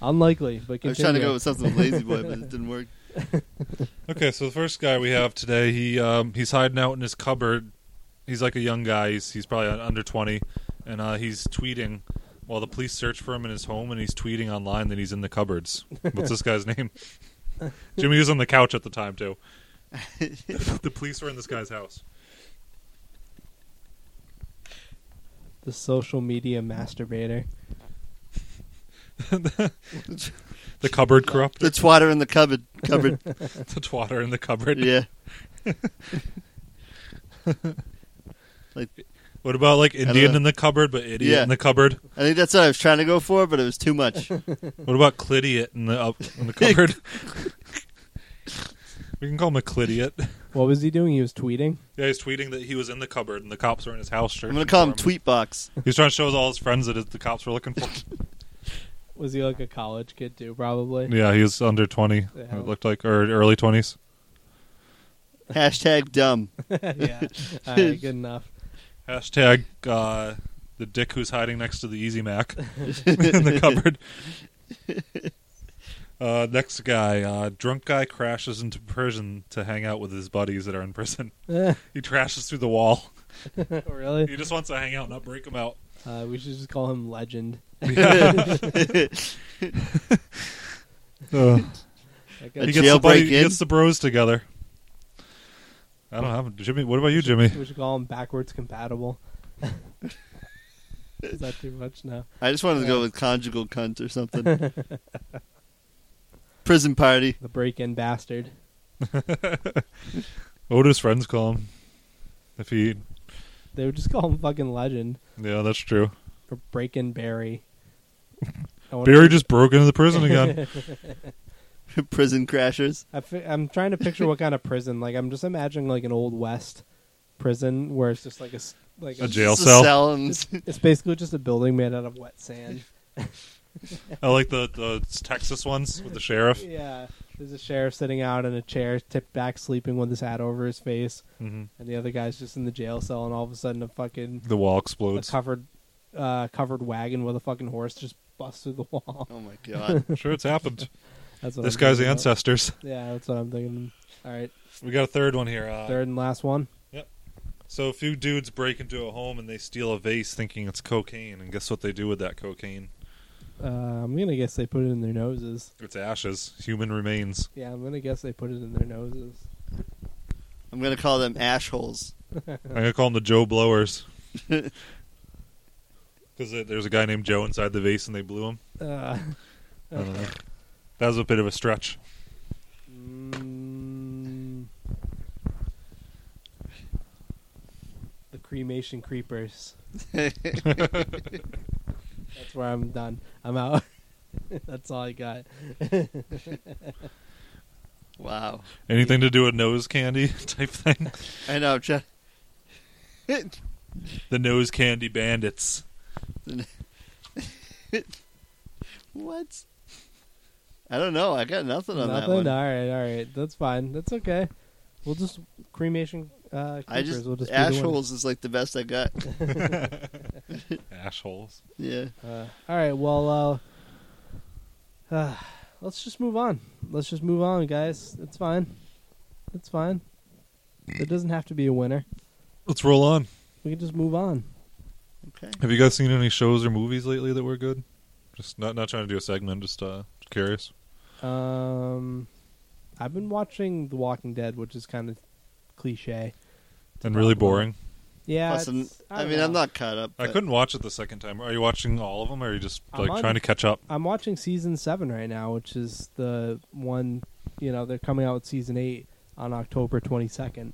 S1: Unlikely, but
S3: I
S1: continue.
S3: was trying to go with something with Lazy Boy, but it didn't work.
S2: Okay, so the first guy we have today, he um, he's hiding out in his cupboard. He's like a young guy. He's he's probably under twenty, and uh, he's tweeting while the police search for him in his home, and he's tweeting online that he's in the cupboards. What's this guy's name? Jimmy was on the couch at the time too. the police were in this guy's house.
S1: the social media masturbator.
S2: The cupboard corrupt.
S3: The twatter in the cupboard. Cupboard.
S2: The twatter in the cupboard.
S3: yeah.
S2: What about like Indian
S3: know.
S2: in the cupboard, but idiot
S3: Yeah.
S2: in the cupboard?
S3: I think that's what I was trying to go for, but it was too much.
S2: What about clidiot in the up in the cupboard? we can call him a clidiot.
S1: What was he doing? He was tweeting.
S2: Yeah, he's tweeting that he was in the cupboard and the cops were in his house.
S3: I'm gonna call him
S2: Tweet.
S3: Tweetbox.
S2: He's trying to show all his friends that it- the cops were looking for. him.
S1: Was he like a college kid too? Probably.
S2: yeah, he was under twenty.
S1: Yeah.
S2: It looked like or early twenties.
S3: Hashtag dumb.
S1: yeah. All right, good enough.
S2: Hashtag uh, the dick who's hiding next to the Easy Mac in the cupboard. Uh, next guy, uh, drunk guy crashes into prison to hang out with his buddies that are in prison. He trashes through the wall.
S1: really?
S2: He just wants to hang out, not break him out.
S1: Uh, we should just call him Legend.
S2: Uh,
S1: That
S2: he
S1: guy-
S3: A
S2: gets the buddy,
S3: jailbreak
S2: he
S3: in?
S2: gets the bros together. I don't have Jimmy. What about you, Jimmy?
S1: We should call him backwards compatible. Is that too much now?
S3: I just wanted to go with conjugal cunt or something. Prison party.
S1: The break-in bastard.
S2: What would his friends call him? If he,
S1: They would just call him fucking Legend
S2: yeah, that's true.
S1: or break-in Barry. I wonder-
S2: Barry just broke into the prison again.
S3: Prison crashers.
S1: I fi- I'm trying to picture what kind of prison. Like I'm just imagining like an old west prison where it's just like a s- like
S2: A jail
S3: It's a
S2: cell.
S3: cell and
S1: It's basically just a building made out of wet sand.
S2: I like the the Texas ones with the sheriff.
S1: Yeah, there's a sheriff sitting out in a chair, tipped back, sleeping with his hat over his face,
S2: hmm
S1: and the other guy's just in the jail cell. And all of a sudden, a fucking
S2: The wall
S1: a
S2: explodes.
S1: covered uh, covered wagon with a fucking horse just busts through the wall.
S3: oh my god.
S2: sure, it's happened.
S1: That's what
S2: This
S1: I'm
S2: guy's
S1: thinking
S2: the
S1: about.
S2: ancestors.
S1: Yeah, that's what I'm thinking. All right,
S2: We got a third one here. Uh,
S1: third and last one.
S2: Yep. So a few dudes break into a home and they steal a vase thinking it's cocaine, and guess what they do with that cocaine?
S1: Uh, I'm gonna guess they put it in their noses.
S2: It's ashes, human remains.
S1: Yeah, I'm gonna guess they put it in their noses.
S3: I'm gonna call them ash holes.
S2: I'm gonna call them the Joe Blowers because there's a guy named Joe inside the vase and they blew him.
S1: Uh,
S2: I don't know. That was a bit of a stretch.
S1: mm, the cremation creepers. That's where I'm done. I'm out. That's all I got.
S3: wow.
S2: Anything to do with nose candy type thing?
S3: I know. I'm try-
S2: The nose candy bandits.
S3: what? I don't know. I got nothing on that
S1: Nothing.
S3: one.
S1: All right, all right. That's fine. That's okay. We'll just cremation uh, creepers.
S3: I just,
S1: will just be the
S3: ash
S1: winner.
S3: holes is like the best I got.
S2: Assholes.
S3: Yeah.
S1: Uh, all right. Well, uh, uh, let's just move on. Let's just move on, guys. It's fine. It's fine. There doesn't have to be a winner.
S2: Let's roll on.
S1: We can just move on.
S3: Okay.
S2: Have you guys seen any shows or movies lately that were good? Just not not trying to do a segment, just uh curious.
S1: Um, I've been watching The Walking Dead, which is kind of cliche.
S2: And really boring.
S1: Yeah.
S3: Plus, I'm-
S1: it's-
S3: I
S1: don't
S3: mean, I'm
S1: know.
S3: not caught up.
S2: I
S3: but-
S2: couldn't watch it the second time. Are you watching all of them or are you just
S1: I'm
S2: like
S1: on-
S2: trying to catch up?
S1: I'm watching season seven right now, which is the one. You know, they're coming out with season eight on October 22nd.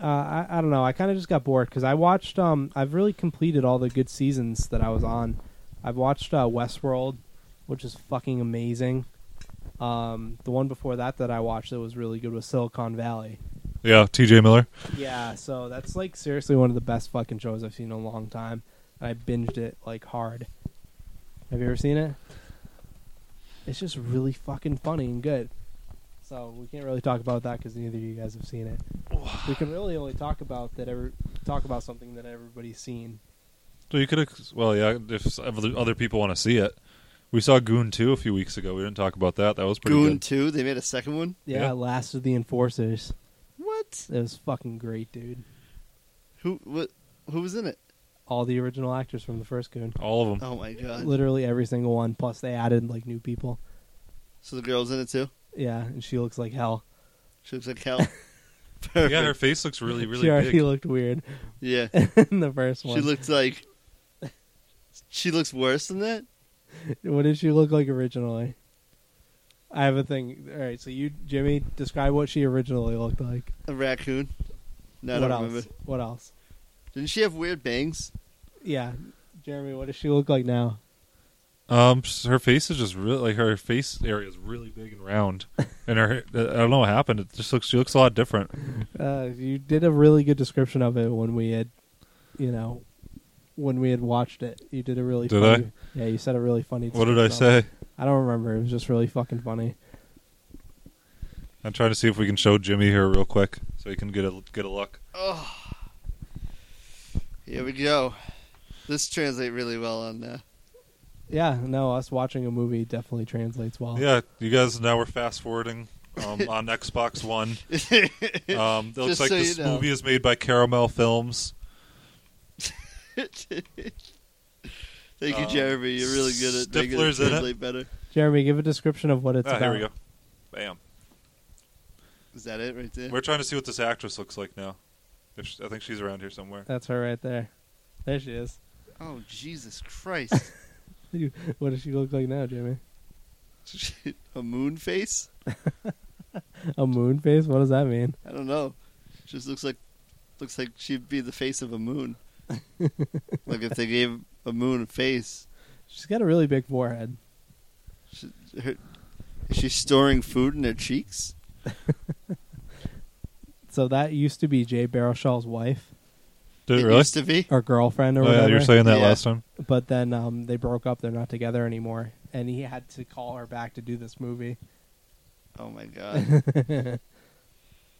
S1: Uh, I, I don't know. I kind of just got bored because I watched. Um, I've really completed all the good seasons that I was on. I've watched uh, Westworld, which is fucking amazing. Um, the one before that that I watched that was really good was Silicon Valley.
S2: Yeah, TJ Miller.
S1: Yeah, so that's like seriously one of the best fucking shows I've seen in a long time. And I binged it like hard. Have you ever seen it? It's just really fucking funny and good. So we can't really talk about that because neither of you guys have seen it. We can really only talk about that ever talk about something that everybody's seen.
S2: So you could ex- well, yeah, if other other people want to see it. We saw Goon 2 a few weeks ago. We didn't talk about that. That was pretty
S3: Goon
S2: good.
S3: two. They made a second one.
S1: Yeah,
S2: Yeah.
S1: Last of the Enforcers.
S3: What?
S1: It was fucking great, dude.
S3: Who? What? Who was in it? All
S1: All the original actors from the first Goon.
S2: All of them.
S3: Oh my god.
S1: Literally every single one. Plus they added like new people.
S3: So the girl's in it too.
S1: Yeah, and she looks like hell.
S3: She looks like hell. Perfect.
S2: Yeah, her face looks really
S1: she
S2: really
S1: already
S2: big.
S1: looked weird.
S3: Yeah.
S1: in the first one.
S3: She looked like. She looks worse than that.
S1: what did she look like originally? I have a thing. All right, so you, Jimmy, describe what she originally looked like.
S3: A raccoon. No, I
S1: what
S3: don't
S1: else?
S3: remember.
S1: What else?
S3: Didn't she have weird bangs?
S1: Yeah, Jeremy, what does she look like now?
S2: Um, s- her face is just really like her face area is really big and round, and her uh, I don't know what happened. It just looks she looks a lot different.
S1: Uh, you did a really good description of it when we had, you know, when we had watched it. You did a really.
S2: Did
S1: funny, Yeah, you said a really funny.
S2: What did I
S1: description of
S2: say?
S1: it. I don't remember. It was just really fucking funny.
S2: I'm trying to see if we can show Jimmy here real quick so he can get a get a look.
S3: Here we go. This translate really well on. Uh,
S1: Yeah, no, us watching a movie definitely translates
S3: Oh.
S1: well.
S2: Yeah, you guys now we're fast forwarding um, on Xbox One. Um, it looks
S3: Just
S2: like
S3: so you
S2: this
S3: know.
S2: movie is made by Caramel Films.
S3: Thank you,
S2: Um,
S3: Jeremy. You're really good at making it
S2: Stifler's in it.
S3: translate better.
S1: Jeremy, give a description of what it's
S2: Ah,
S1: about.
S2: here we go. Bam.
S3: Is that it right there?
S2: We're trying to see what this actress looks like now. If she- I think she's around here somewhere.
S1: That's her right there. There she is.
S3: Oh Jesus Christ!
S1: You- What does she look like now, Jimmy?
S3: a moon face?
S1: A moon face? What does that mean?
S3: I don't know. She just looks like looks like she'd be the face of a moon. like if they gave a moon a face,
S1: She's got a really big forehead.
S3: she, her, is she storing food in her cheeks?
S1: So that used to be Jay Baruchel's wife
S2: Did it
S3: it
S2: really?
S3: used to be.
S1: or girlfriend or
S2: Oh
S1: whatever.
S2: yeah, you're saying that
S3: Yeah.
S2: last time.
S1: But then um, they broke up. They're not together anymore. And he had to call her back to do this movie.
S3: Oh my god!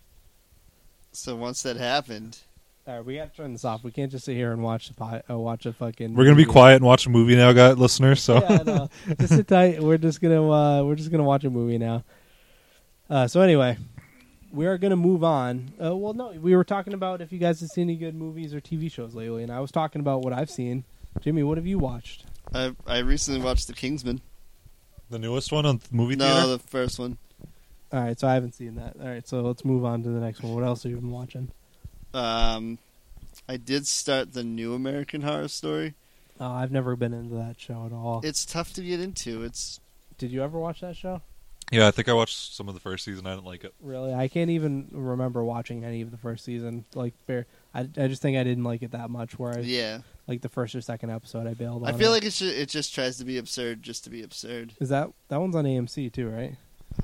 S3: so once that happened,
S1: All right, we got to turn this off. We can't just sit here and watch the pot, uh, watch a fucking.
S2: We're gonna be
S3: Mm-hmm.
S1: movie.
S2: quiet and watch a movie now, guys, listeners. So
S1: yeah, no, just sit tight. We're just gonna uh, we're just gonna watch a movie now. Uh, so anyway, we are going to move on. Uh, well, no, we were talking about if you guys have seen any good movies or TV shows lately, and I was talking about what I've seen. Jimmy, what have you watched?
S3: I I recently watched The Kingsman.
S2: The newest one on th- movie theater.
S3: No, the first one.
S1: All right, so I haven't seen that. All right, so let's move on to the next one. What else have you been watching?
S3: Um, I did start the new American Horror Story.
S1: Oh, I've never been into that show at all.
S3: It's tough to get into. It's
S1: Did you ever watch that show?
S2: yeah, I think I watched some of the first season. I didn't like it.
S1: Really, I can't even remember watching any of the first season. Like, bare, I, I just think I didn't like it that much. Where I,
S3: yeah.
S1: like the first or second episode, I bailed.
S3: I
S1: on
S3: feel
S1: it.
S3: like it's just, it just tries to be absurd, just to be absurd.
S1: is that that one's on AMC too, right?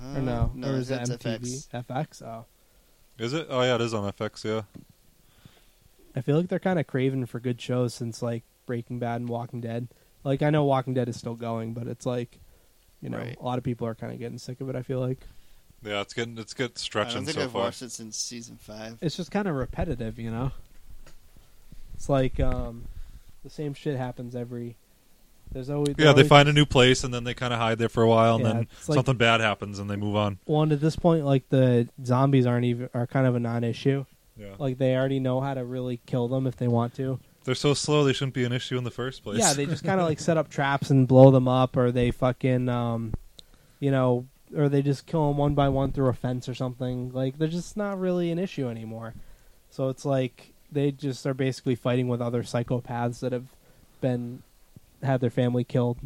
S3: Uh,
S1: Or no,
S3: no,
S1: or is
S3: that's
S1: it MTV
S3: FX.
S1: FX? Oh,
S2: Is it? Oh yeah, it is on FX. Yeah,
S1: I feel like they're kind of craving for good shows since like Breaking Bad and Walking Dead. Like I know Walking Dead is still going, but it's like, you know,
S3: Right.
S1: a lot of people are kind of getting sick of it. I feel like
S2: yeah. It's getting it's getting
S3: I
S2: stretching
S3: don't think
S2: so
S3: I've
S2: far.
S3: watched it since season five.
S6: It's just kind of repetitive, you know.
S1: it's like um, the same shit happens every. There's always
S2: Yeah, they
S1: always-
S2: find a new place and then they kind of hide there for a while, and
S1: Yeah,
S2: then
S1: it's like-
S2: something bad happens and they move on.
S1: Well, and at this point, like the zombies aren't even are kind of a non-issue.
S2: Yeah,
S1: Like they already know how to really kill them if they want to.
S2: they're so slow; they shouldn't be an issue in the first place.
S1: Yeah, they just kind of like set up traps and blow them up, or they fucking, um, you know, or they just kill them one by one through a fence or something. Like they're just not really an issue anymore. So it's like they just are basically fighting with other psychopaths that have been had their family killed,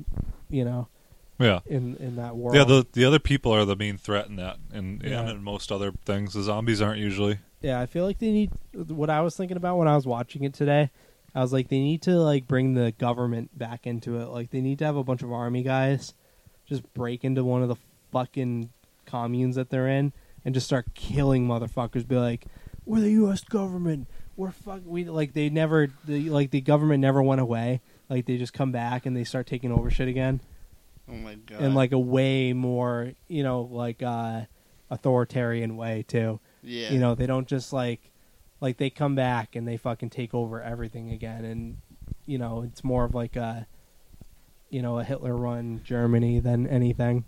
S1: you know,
S2: yeah,
S1: in in that world.
S2: yeah. The the other people are the main threat in that, and
S1: Yeah.
S2: and in most other things, the zombies aren't usually.
S1: Yeah, I feel like they need what I was thinking about when I was watching it today. I was like, they need to like bring the government back into it. Like they need to have a bunch of army guys just break into one of the fucking communes that they're in and just start killing motherfuckers. Be like, we're the U.S. government. We're fuck. We like they never the like the government never went away. Like they just come back and they start taking over shit again
S3: Oh my god!
S1: in like a way more you know like uh authoritarian way too.
S3: yeah,
S1: You know, they don't just like like they come back and they fucking take over everything again and you know, it's more of like a you know, a Hitler run Germany than anything.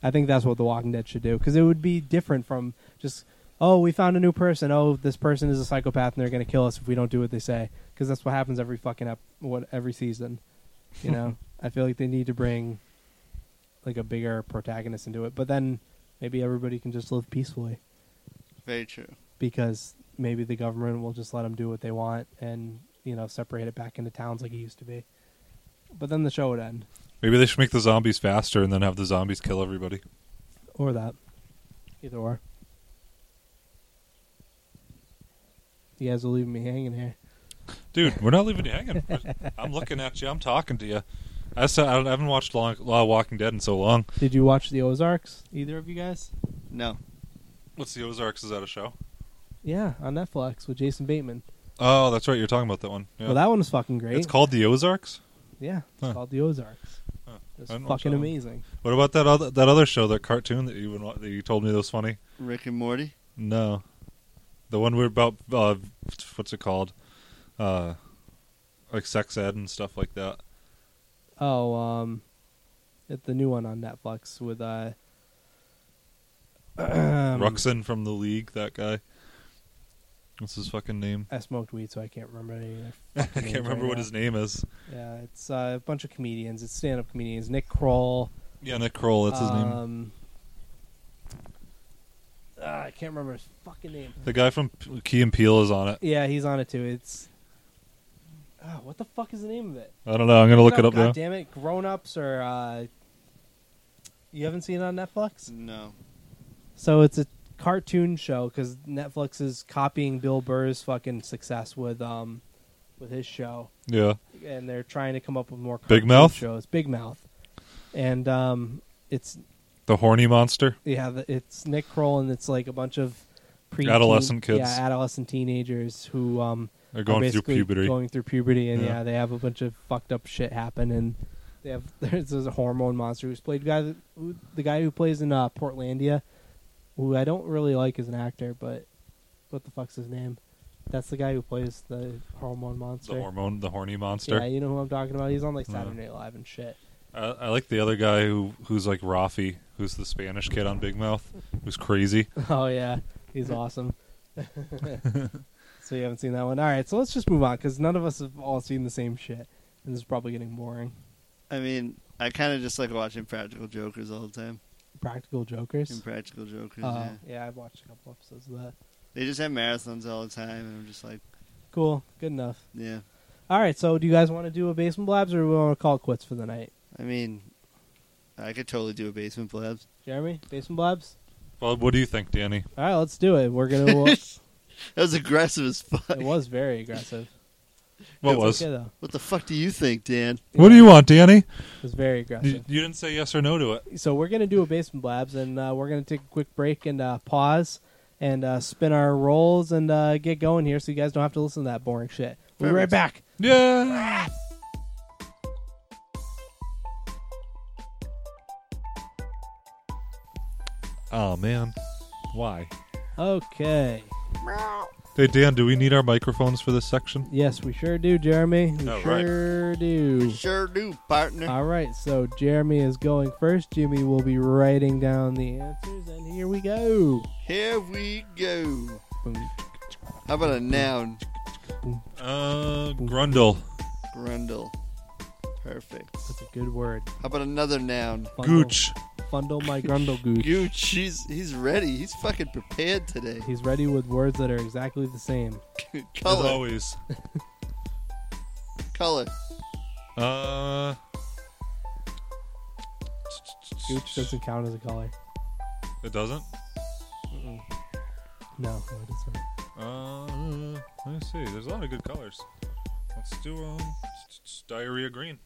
S1: I think that's what The Walking Dead should do cuz it would be different from just oh, we found a new person. Oh, this person is a psychopath and they're going to kill us if we don't do what they say cuz that's what happens every fucking up what every season. You know, I feel like they need to bring like a bigger protagonist into it, but then maybe everybody can just live peacefully
S3: very true.
S1: because maybe the government will just let them do what they want and you know separate it back into towns like it used to be. But then the show would end,
S2: Maybe they should make the zombies faster and then have the zombies kill everybody.
S1: or that, either or. You guys are leaving me hanging here.
S2: Dude, we're not leaving you hanging. I'm looking at you. I'm talking to you. I said I haven't watched long, uh, Walking Dead in so long.
S1: Did you watch the Ozarks? Either of you guys?
S3: No,
S2: What's the Ozarks? Is that a show?
S1: Yeah, on Netflix with Jason Bateman.
S2: Oh, that's right. You're talking about that one. Yeah.
S1: Well, that one was fucking great.
S2: it's called the Ozarks.
S1: yeah, it's
S2: Huh.
S1: called the Ozarks.
S2: Huh.
S1: It's
S2: I didn't watch
S1: fucking
S2: that one.
S1: amazing.
S2: What about that other that other show, that cartoon that you that you told me that was funny?
S3: Rick and Morty.
S2: No, the one we're about uh, what's it called? Uh, like sex ed and stuff like that.
S1: Oh, um, it- the new one on Netflix with uh, Um,
S2: Ruxin from the league, that guy. What's his fucking name?
S1: I smoked weed, so I can't remember any of
S2: I can't remember what his name is.
S1: Yeah, it's uh, a bunch of comedians. It's stand-up comedians. Nick Kroll.
S2: Yeah, Nick Kroll. That's his name.
S1: um, ah, I can't remember his fucking name.
S2: The guy from P- Key and Peele is on it.
S1: Yeah, he's on it too. It's ah, what the fuck is the name of it?
S2: I don't know. I'm gonna look it up
S1: God
S2: now.
S1: damn it, Grown Ups or uh, you haven't seen it on Netflix?
S3: No,
S1: So it's a cartoon show because Netflix is copying Bill Burr's fucking success with um with his show.
S2: Yeah,
S1: and they're trying to come up with more
S2: Big
S1: cartoon
S2: Mouth?
S1: shows. Big Mouth, and um, it's
S2: the horny monster.
S1: yeah, the- it's Nick Kroll, and it's like a bunch of pre
S2: Adolescent kids.
S1: yeah, adolescent teenagers who um
S2: They're
S1: are
S2: going through
S1: basically
S2: puberty.
S1: going through puberty, and yeah.
S2: Yeah.
S1: they have a bunch of fucked up shit happen, and they have there's this hormone monster who's played guy that- who, the guy who plays in uh, Portlandia, who I don't really like as an actor, but what the fuck's his name? That's the guy who plays the hormone monster.
S2: the hormone, the horny monster.
S1: Yeah, you know who I'm talking about. He's on like
S2: Yeah.
S1: Saturday Night Live and shit.
S2: I, I like the other guy who who's like Rafi, who's the Spanish kid on Big Mouth, who's crazy.
S1: Oh yeah, He's awesome. so you haven't seen that one. All right, so let's just move on because none of us have all seen the same shit, and this is probably getting boring.
S3: I mean, I kind of just like watching Practical Jokers all the time.
S1: Practical Jokers.
S3: Impractical Jokers.
S2: uh-huh.
S1: Uh,
S3: yeah.
S1: yeah, I've watched a couple episodes of that.
S3: They just have marathons all the time, and I'm just like,
S1: Cool. Good enough.
S3: yeah.
S1: All right, so do you guys want to do a basement blabs or we want to call it quits for the night?
S3: I mean, I could totally do a basement blabs.
S1: Jeremy, basement blabs.
S2: Well, what do you think, Danny?
S1: All right, let's do it. We're gonna. We'll, it
S3: That was aggressive as fuck.
S1: was very aggressive.
S2: What
S3: It's
S2: was?
S1: Okay, though.
S3: What the fuck do you think, Dan?
S2: What do you want, Danny?
S1: It was very
S2: You,
S1: aggressive.
S2: you didn't say yes or no to it.
S1: So we're gonna do a basement blabs, and uh, we're gonna take a quick break and uh, pause and uh, spin our rolls and uh, get going here, so you guys don't have to listen to that boring shit. We'll be right back.
S3: Perfect.
S2: Yeah. Oh man, why?
S1: Okay.
S2: Hey Dan, do we need our microphones for this section?
S1: Yes, we sure do, Jeremy. We
S2: All right.
S1: sure do.
S3: Sure do, partner.
S2: Uh,
S1: All right, so Jeremy is going first. Jimmy will be writing down the answers, and here we go.
S3: Here we go.
S1: Boom.
S3: How about a noun?
S2: Uh, Grundle,
S3: Grundle. Perfect.
S1: That's a good word.
S3: How about another noun?
S1: Fundle-
S2: Gooch.
S1: Fundle my grundle gooch.
S3: Gooch. He's he's ready. He's fucking prepared today.
S1: He's ready with words that are exactly the same.
S2: As
S3: color.
S2: always.
S3: Color.
S2: Uh,
S1: Gooch doesn't count as a color.
S2: it doesn't.
S1: No, no, it doesn't.
S2: Uh, let me see. There's a lot of good colors. Let's do um diarrhea green.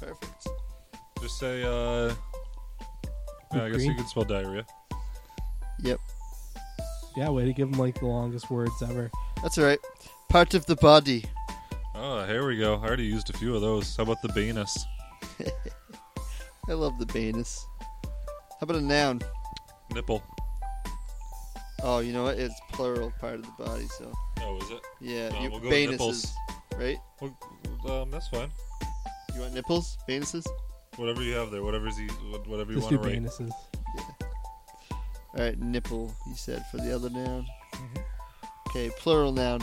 S3: Perfect.
S2: Just say uh. Yeah, I guess you
S1: Green?
S2: could spell diarrhea.
S3: Yep.
S1: Yeah, way to give him like the longest words ever.
S3: That's all right. Part of the body.
S2: Oh, here we go. I already used a few of those. How about the banus?
S3: I love the banus. How about a noun?
S2: Nipple.
S3: Oh, you know what? It's plural part of the body, so
S2: Oh, is it?
S3: yeah.
S2: Uh,
S3: you,
S2: we'll go with
S3: banuses,
S2: nipples.
S3: right?
S2: Well, um, that's fine.
S3: You want nipples? Banuses?
S2: Whatever you have there, whatever's you, wh- whatever you
S1: Just
S2: want to
S1: do
S2: write.
S1: penises.
S3: All right, nipple. You said for the other noun.
S2: Mm-hmm.
S3: Okay, plural noun.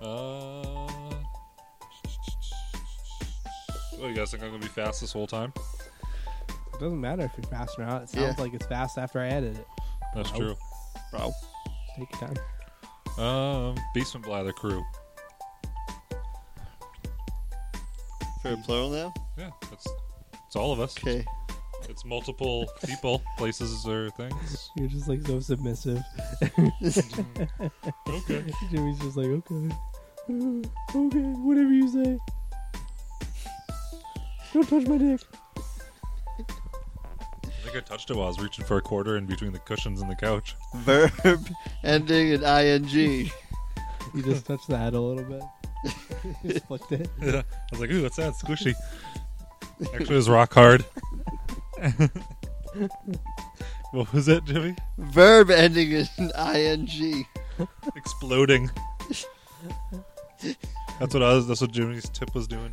S2: Uh. Oh, you guys think I'm gonna be fast this whole time?
S1: It doesn't matter if you're fast or not. It sounds
S3: Yeah.
S1: like it's fast after I edit it.
S2: That's
S1: No.
S2: true.
S3: Bro.
S1: Take your time.
S2: Um, basement blather crew.
S3: For a plural noun.
S2: Yeah, that's it's all of us.
S3: Okay.
S2: It's multiple people, places, or things.
S1: You're just like so submissive.
S2: Okay.
S1: Jimmy's just like, okay, Uh, okay, whatever you say. Don't touch my dick.
S2: I think I touched it while I was reaching for a quarter in between the cushions and the couch.
S3: Verb ending in ing.
S1: You just touched that a little bit. just flicked it.
S2: I was like, ooh, what's that? Squishy. Actually, it was rock hard. what was that, Jimmy?
S3: Verb ending in ing.
S2: Exploding. That's what I was. That's what Jimmy's tip was doing.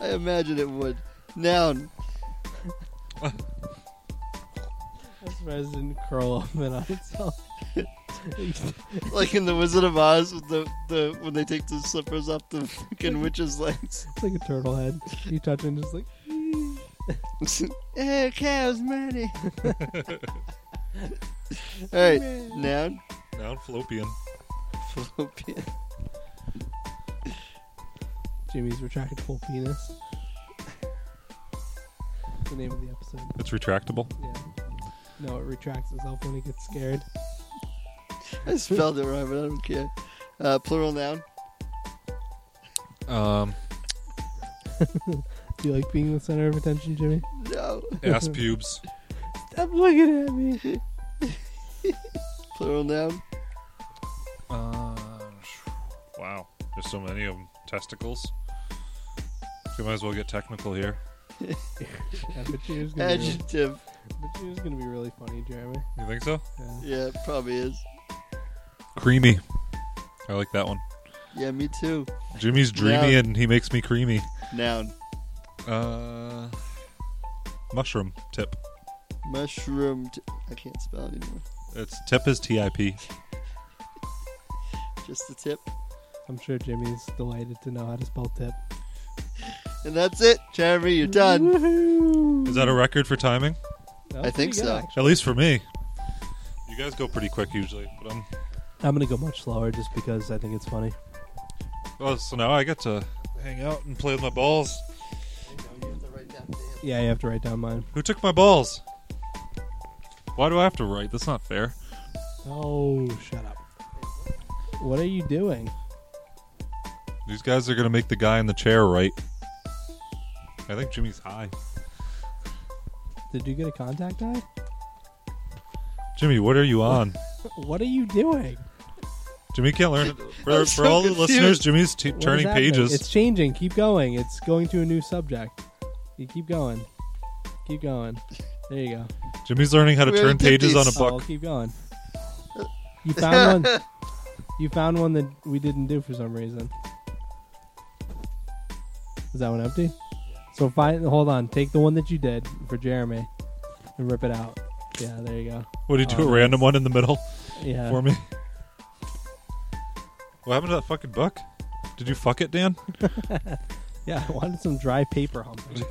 S3: I imagine it would. Noun.
S1: I'm surprised it didn't curl up and on itself.
S3: Like in the Wizard of Oz with the, the when they take the slippers off the fucking witch's legs.
S1: It's like a turtle head. You touch it and just like,
S3: Eh, cows money. Alright, noun.
S2: Noun fallopian.
S3: Fallopian.
S1: Jimmy's retractable penis. the name of the episode.
S2: It's retractable.
S1: Yeah. No, it retracts itself when it gets scared.
S3: I spelled it wrong, but I don't care. Uh, plural noun.
S2: Um,
S1: Do you like being the center of attention, Jimmy?
S3: No.
S2: ass pubes.
S1: Stop looking at me.
S3: Plural noun.
S2: Uh, wow, there's so many of them. Testicles. We might as well get technical here.
S1: Yeah, but you're just gonna be really,
S3: Adjective.
S1: but you're just gonna be really funny, Jeremy.
S2: You think so?
S1: Yeah.
S3: Yeah, it probably is.
S2: Creamy. I like that one.
S3: Yeah, me too.
S2: Jimmy's dreamy
S3: Yeah.
S2: and he makes me creamy.
S3: Noun.
S2: Uh, mushroom tip.
S3: Mushroom. T- I can't spell it anymore.
S2: It's tip is T I P.
S3: Just the tip.
S1: I'm sure Jimmy's delighted to know how to spell tip.
S3: And that's it, Jeremy. You're done.
S2: Is that a record for timing?
S1: That
S3: I
S1: was
S3: think
S1: pretty good,
S3: so.
S1: actually.
S2: At least for me. You guys go pretty quick usually, but I'm.
S1: I'm gonna go much slower just because I think it's funny.
S2: Oh, so now I get to hang out and play with my balls.
S1: Yeah, you have to write down mine.
S2: Who took my balls? Why do I have to write? That's not fair.
S1: Oh, shut up. What are you doing?
S2: These guys are gonna make the guy in the chair right. I think Jimmy's high.
S1: Did you get a contact eye?
S2: Jimmy, what are you on?
S1: What are you doing?
S2: Jimmy can't learn. For,
S3: I'm
S2: for
S3: so
S2: all the
S3: confused.
S2: listeners, Jimmy's t-
S1: What
S2: turning
S1: does that mean?
S2: pages.
S1: It's changing. Keep going. It's going to a new subject. You keep going. Keep going. There you go.
S2: Jimmy's learning how to
S3: We
S2: turn
S3: already did
S2: pages on a
S3: these.
S1: Oh, I'll
S2: book.
S1: keep going. You found one. You found one that we didn't do for some reason. Is that one empty? So find. Hold on. Take the one that you did for Jeremy, and rip it out. Yeah, there you go.
S2: What do you do?
S1: Oh,
S2: a random one in the middle
S1: Yeah.
S2: for me? What happened to that fucking book? Did you fuck it, Dan?
S1: Yeah, I wanted some dry paper humping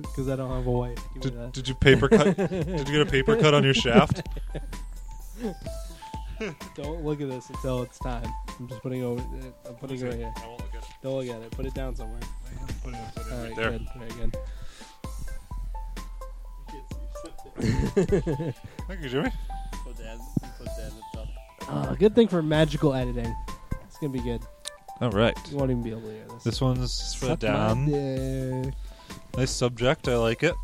S1: because I don't have a wife. Give me
S2: Did,
S1: that.
S2: did you paper cut? did you get a paper cut on your shaft?
S1: Don't look at this until it's time. I'm just putting it over. uh, I'm putting it right here.
S2: I won't look at it.
S1: Don't look at it. Put it down somewhere.
S2: Put it upside down
S1: All
S2: right
S1: right,
S2: there.
S1: good. Very good.
S2: Thank you, Jimmy.
S1: Uh, good thing for magical editing. It's gonna be good.
S2: All right.
S1: You won't even be able to hear this.
S2: This one's for
S1: Suck my
S2: Dan.
S1: dick.
S2: Nice subject. I like it.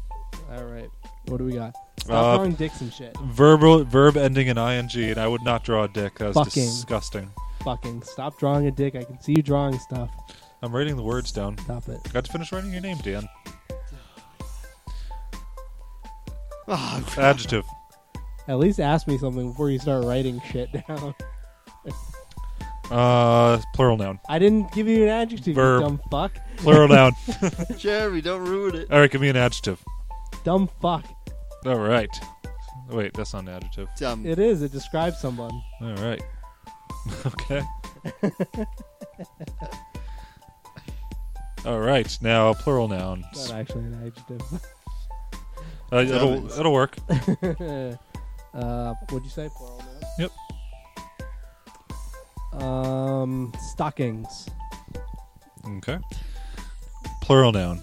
S1: All right. What do we got? Stop
S2: Uh,
S1: drawing dicks and shit.
S2: Verbal verb ending in ing, and I would not draw a dick. That's
S1: Fucking.
S2: disgusting.
S1: Fucking stop drawing a dick. I can see you drawing stuff.
S2: I'm writing the words down.
S1: Stop it.
S2: Got to finish writing your name, Dan.
S1: Ah,
S3: Oh,
S2: Adjective.
S1: At least ask me something before you start writing shit down.
S2: Uh, plural noun.
S1: I didn't give you an adjective,
S2: Verb.
S1: you dumb fuck.
S2: Plural noun.
S3: Jeremy, don't ruin it.
S2: All right, give me an adjective.
S1: Dumb fuck.
S2: All right. Oh, Wait, that's not an adjective.
S3: Dumb.
S1: It is. It describes someone.
S2: All right. okay. All right. Now, plural noun.
S1: It's not actually an adjective.
S2: Uh, it'll, it'll work.
S1: uh, what'd you say? Plural noun?
S2: Yep.
S1: Um, stockings.
S2: Okay. Plural noun.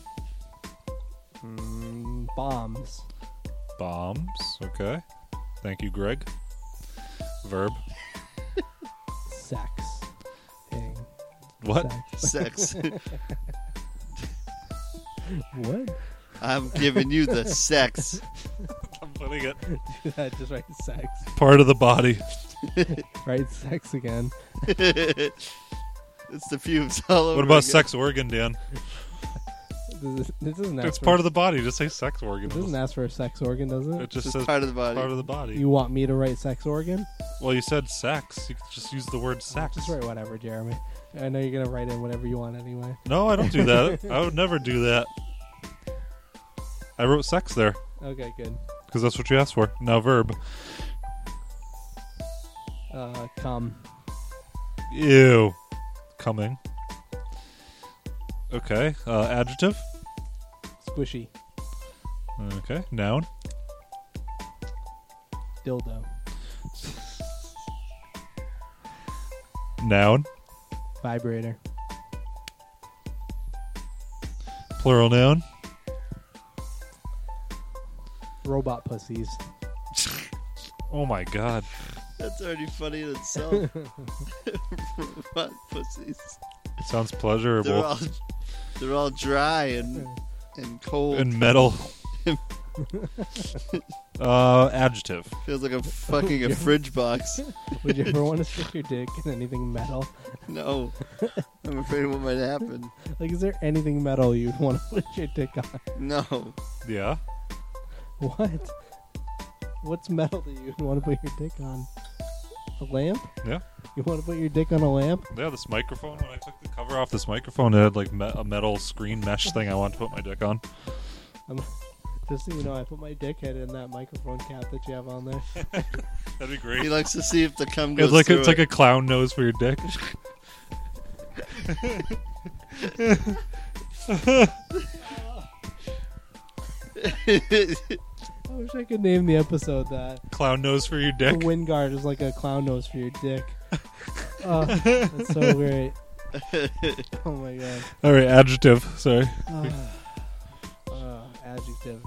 S1: Mm, bombs.
S2: Bombs. Okay. Thank you, Greg. Verb.
S1: Sex. Thing.
S2: What?
S1: Sex.
S3: Sex.
S1: What?
S3: I'm giving you the sex.
S2: I'm putting it.
S1: that just write sex.
S2: Part of the body.
S1: Write sex again.
S3: it's the fumes all over.
S2: What about
S3: again.
S2: sex organ, Dan?
S1: This, is, this doesn't ask
S2: It's
S1: for,
S2: part of the body. Just say sex organ.
S1: It doesn't ask for a sex organ, does
S2: It
S1: it?
S2: just
S3: It's
S2: says
S3: part of the body.
S2: part of the body.
S1: You want me to write sex organ?
S2: Well, you said sex. You could just use the word sex.
S1: Just write whatever, Jeremy. I know you're gonna write in whatever you want anyway.
S2: No, I don't do that. I would never do that. I wrote sex there
S1: Okay, good.
S2: because that's what you asked for. Now verb.
S1: Uh, come.
S2: Ew. Coming. Okay. Uh, adjective.
S1: Squishy.
S2: Okay. Noun.
S1: Dildo.
S2: Noun.
S1: Vibrator.
S2: Plural noun.
S1: Robot pussies.
S2: Oh my god.
S3: That's already funny in itself. Robot pussies.
S2: It sounds
S3: They're
S2: pleasurable.
S3: all, they're all dry and and cold.
S2: And metal. uh, adjective.
S3: Feels like I'm fucking a fridge box.
S1: Would you ever want to stick your dick in anything metal?
S3: No, I'm afraid of what might happen.
S1: Like, is there anything metal you'd want to put your dick on?
S3: No,
S2: Yeah.
S1: What? What's metal that you want to put your dick on? A lamp?
S2: Yeah.
S1: You want to put your dick on a lamp?
S2: Yeah, this microphone. When I took the cover off this microphone, it had like me- a metal screen mesh thing I wanted to put my dick on.
S1: I'm, Just so you know, I put my dick head in that microphone cap that you have on there.
S2: That'd be
S3: He
S2: great.
S3: likes to see if the cum goes
S2: It's like
S3: through
S2: a, it's like
S3: it.
S2: a clown nose for your dick.
S1: I wish I could name the episode that.
S2: Clown nose for your dick.
S1: The wind guard is like a clown nose for your dick. Oh, that's so great. Oh my god.
S2: All right, adjective. Sorry,
S1: Ah. Ah, adjective.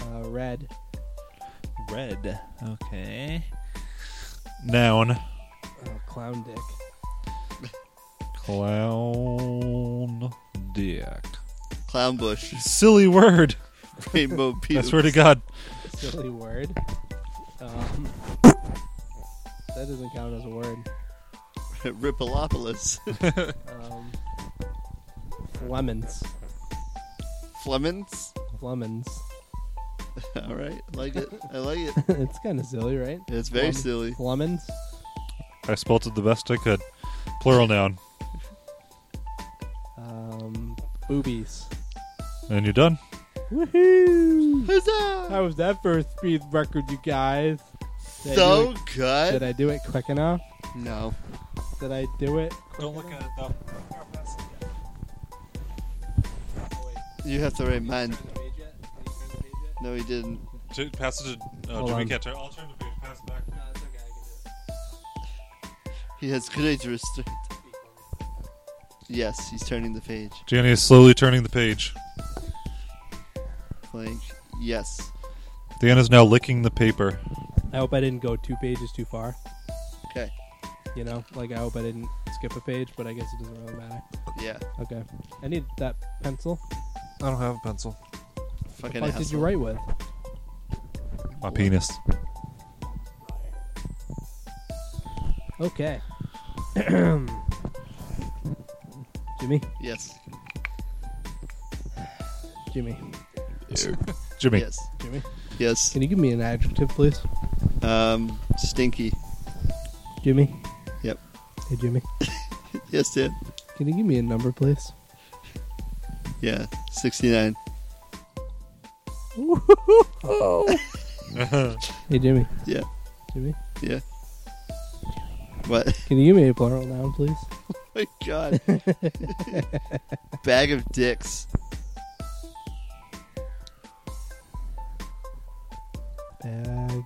S1: Uh, red.
S2: red. Okay. Noun.
S1: Oh, clown dick.
S2: Clown dick.
S3: Clown bush,
S2: Silly word.
S3: rainbow peach.
S2: I swear to God.
S1: Silly word. Um, that doesn't count as a word.
S3: Ripolopolis.
S1: Um, lemons.
S3: Flemons.
S1: Lemons.
S3: All right, I like it. I like it.
S1: it's kind of silly, right?
S3: It's very
S1: Lem-
S3: silly.
S1: Lemons.
S2: I spelt it the best I could. Plural noun.
S1: Um, boobies.
S2: And you're done.
S1: Woohoo!
S3: Huzzah!
S1: How was that first speed record, you guys? Did I do
S3: So
S1: it- did
S3: good.
S1: I do it quick enough?
S3: No.
S1: Did I do it?
S2: Don't look at it though.
S3: You have to remind. No, he didn't.
S2: Pass it to uh,
S1: Hold
S2: Jimmy
S1: on.
S2: Catcher. I'll turn the page. Pass it back.
S3: He has great restraint. Yes, he's turning the page.
S2: Jenny is slowly turning the page.
S3: Blank. Yes.
S2: Dan is now licking the paper.
S1: I hope I didn't go two pages too far.
S3: Okay.
S1: You know, like I hope I didn't skip a page, but I guess it doesn't really matter.
S3: Yeah.
S1: Okay. I need that pencil.
S2: I don't have a pencil.
S3: Fucking
S1: What
S3: asshole.
S1: did you write with?
S2: My penis.
S1: Okay. Jimmy,
S3: Yes.
S1: Jimmy,
S2: Jimmy.
S3: Yes.
S1: Jimmy.
S3: Yes.
S1: Can you give me an adjective, please?
S3: Um, stinky.
S1: Jimmy.
S3: Yep.
S1: Hey, Jimmy.
S3: Yes, Dan.
S1: Can you give me a number, please?
S3: Yeah. 69.
S1: Hey, Jimmy.
S3: Yeah.
S1: Jimmy.
S3: Yeah. What? Oh
S1: Can you give me a plural noun, please?
S3: my god. Bag of dicks.
S1: Bag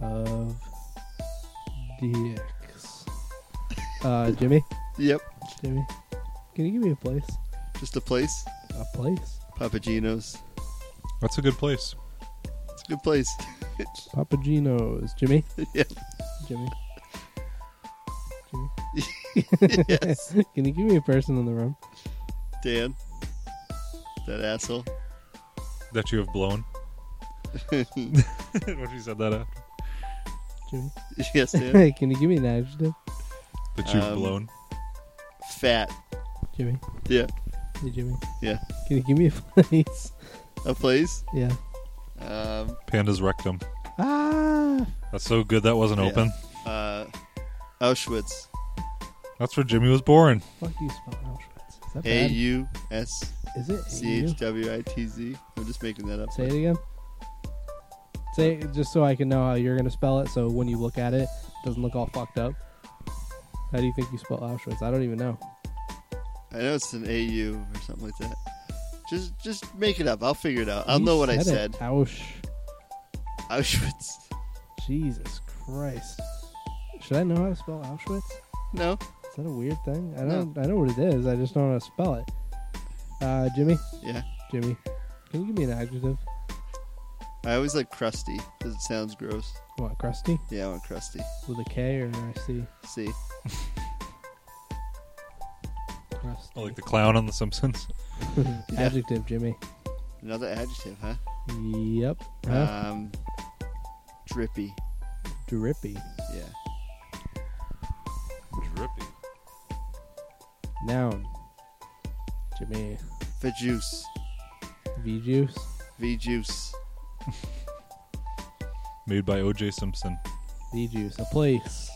S1: of dicks. Uh, Jimmy.
S3: Yep.
S1: Jimmy. Can you give me a place?
S3: Just a place.
S1: A place?
S3: Papagino's.
S2: That's a good place.
S3: It's a good place.
S1: Papagino's. Jimmy.
S3: yep.
S1: Jimmy. Jimmy.
S3: Yes.
S1: Can you give me a person in the room?
S3: Dan. That asshole.
S2: That you have blown. what if you said that after?
S1: Jimmy.
S3: yes, Dan.
S1: Can you give me an adjective?
S2: That you've
S3: Um,
S2: blown.
S3: Fat.
S1: Jimmy.
S3: Yeah.
S1: Hey, Jimmy.
S3: Yeah.
S1: Can you give me a place?
S3: A place.
S1: yeah.
S3: Um,
S2: Panda's rectum.
S1: Ah!
S2: That's so good that wasn't
S3: Yeah.
S2: open.
S3: uh, Auschwitz.
S2: That's where Jimmy was born.
S1: Fuck you, spell Auschwitz. Is that
S3: A
S1: bad?
S3: U S
S1: Is it
S3: C
S1: AU?
S3: H W I T Z. I'm just making that up.
S1: Say it again. Say it just so I can know how you're gonna spell it, so when you look at it, it doesn't look all fucked up. How do you think you spell Auschwitz? I don't even know.
S3: I know it's an A U or something like that. Just, just make it up. I'll figure it out. I'll
S1: You
S3: know what I
S1: It.
S3: said.
S1: Ausch.
S3: Auschwitz.
S1: Jesus Christ. Should I know how to spell Auschwitz?
S3: No.
S1: Is that a weird thing? I don't. I know what it is. I just don't know how to spell it. Uh, Jimmy.
S3: Yeah.
S1: Jimmy. Can you give me an adjective?
S3: I always like crusty because it sounds gross.
S1: What? Crusty
S3: Yeah, I want crusty.
S1: with a K or an I C?
S3: See,
S1: Crusty.
S2: I like the clown on The Simpsons.
S1: adjective, Jimmy.
S3: another adjective, huh?
S1: Yep. Huh?
S3: Um, drippy.
S1: Drippy.
S3: Yeah.
S2: Drippy.
S1: Noun. Jimmy.
S3: Vajuice.
S1: V juice.
S3: V juice.
S2: Made by O.J. Simpson.
S1: V juice. A place.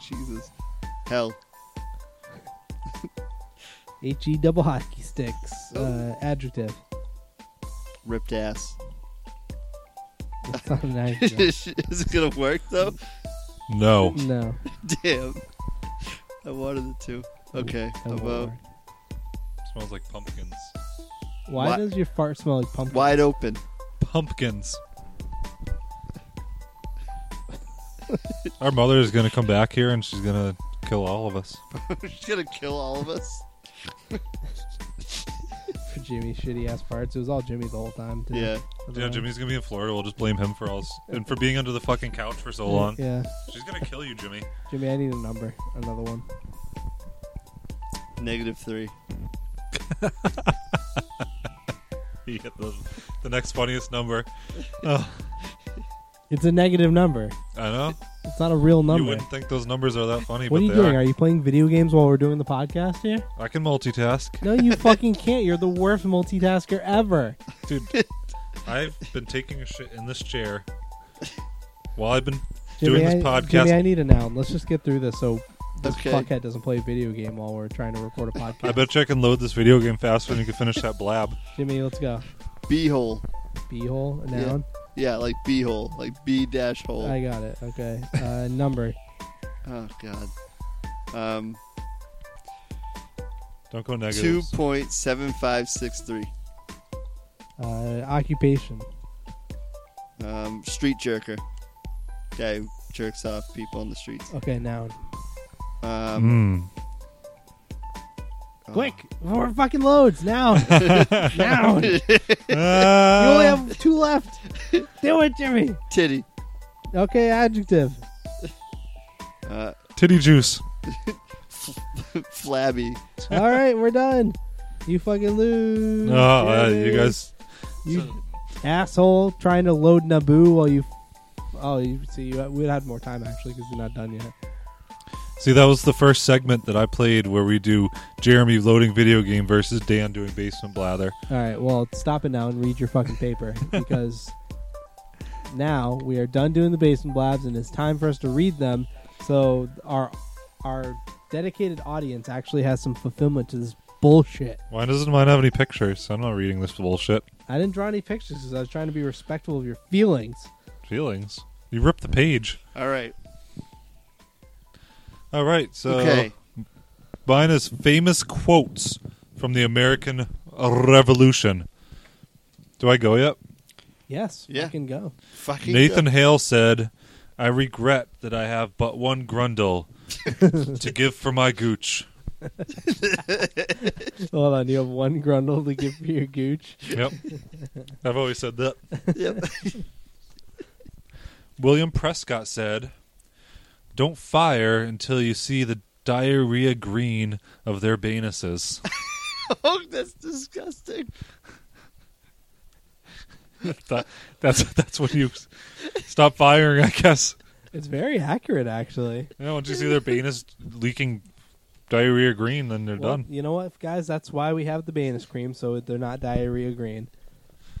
S3: Jesus. Hell.
S1: H E double hockey sticks. Uh, adjective.
S3: ripped ass.
S1: It's not an idea.
S3: Is it gonna work though?
S2: No.
S1: no.
S3: Damn. I wanted it to. Okay.
S1: Oh,
S3: How about
S1: Lord.
S2: Smells like pumpkins.
S1: Why
S3: Why-
S1: does your fart smell like pumpkin?
S3: wide open?
S2: Pumpkins. Our mother is gonna come back here and she's gonna kill all of us.
S3: She's gonna kill all of us.
S1: for Jimmy's shitty ass farts? It was all Jimmy the whole time. Too.
S3: Yeah.
S2: Yeah, Jimmy's gonna be in Florida. We'll just blame him for all s- and for being under the fucking couch for so long.
S1: Yeah,
S2: She's gonna kill you, Jimmy.
S1: Jimmy, I need a number, another one.
S3: Negative three.
S2: You get the, the next funniest number.
S1: It's a negative number.
S2: I know.
S1: It's not a real
S2: You
S1: number.
S2: wouldn't think those numbers are that funny,
S1: What are
S2: but
S1: you
S2: they
S1: doing?
S2: are.
S1: Are you playing video games while we're doing the podcast here?
S2: I can multitask,
S1: No, you fucking can't. You're the worst multitasker ever.
S2: dude. I've been taking a shit in this chair while I've been
S1: Jimmy,
S2: doing this
S1: I,
S2: podcast.
S1: Jimmy, I need a noun. Let's just get through this so this
S3: Okay.
S1: fuckhead doesn't play a video game while we're trying to record a podcast.
S2: I bet you I can load this video game faster than you can finish that blab.
S1: Jimmy, let's go.
S3: Beehole.
S1: Beehole, a
S3: Yeah.
S1: noun.
S3: Yeah, like beehole. Like B dash hole.
S1: I got it. Okay. Uh, number.
S3: Oh god. Um
S2: Don't go
S3: two
S2: negative.
S3: point seven five six three.
S1: Uh, occupation.
S3: Um street jerker. Guy who jerks off people on the streets.
S1: Okay, noun.
S3: Um
S2: Mm.
S3: oh.
S1: Quick, four fucking loads. Noun. noun. You only
S2: Ah,
S1: have two left. Do it, Jimmy.
S3: titty.
S1: Okay, adjective.
S3: Uh
S2: titty juice.
S3: flabby.
S1: All right, we're done. You fucking lose.
S2: Oh, uh,
S1: Jimmy.
S2: you guys.
S1: You asshole trying to load Naboo while you. Oh, you see, you, we'd had more time actually because we're not done yet.
S2: See, that was the first segment that I played where we do Jeremy loading video game versus Dan doing basement blather.
S1: All right, well, stop it now and read your fucking paper because now we are done doing the basement blabs and it's time for us to read them. So our our dedicated audience actually has some fulfillment to this bullshit.
S2: Why doesn't mine have any pictures? I'm not reading this bullshit.
S1: I didn't draw any pictures because I was trying to be respectful of your feelings.
S2: Feelings. You ripped the page.
S3: All right.
S2: All right,
S1: Uh,
S2: so
S3: okay.
S2: mine is famous quotes from the American Revolution. Do I go yet?
S1: Yes,
S3: Yeah.
S1: fucking go.
S3: Fucking
S2: Nathan Hale said, I regret that I have but one grundle to give for my gooch.
S1: Hold on, you have one grundle to give for your gooch.
S2: Yep. I've always said that.
S3: Yep.
S2: William Prescott said, Don't fire until you see the diarrhea green of their banuses.
S3: Oh, that's disgusting.
S2: That- that's that's when you stop firing, I guess.
S1: It's very accurate, actually.
S2: Yeah, once you see their banus leaking diarrhea green, then they're
S1: Well,
S2: done.
S1: You know what, guys? That's why we have the Banus cream, so they're not diarrhea green.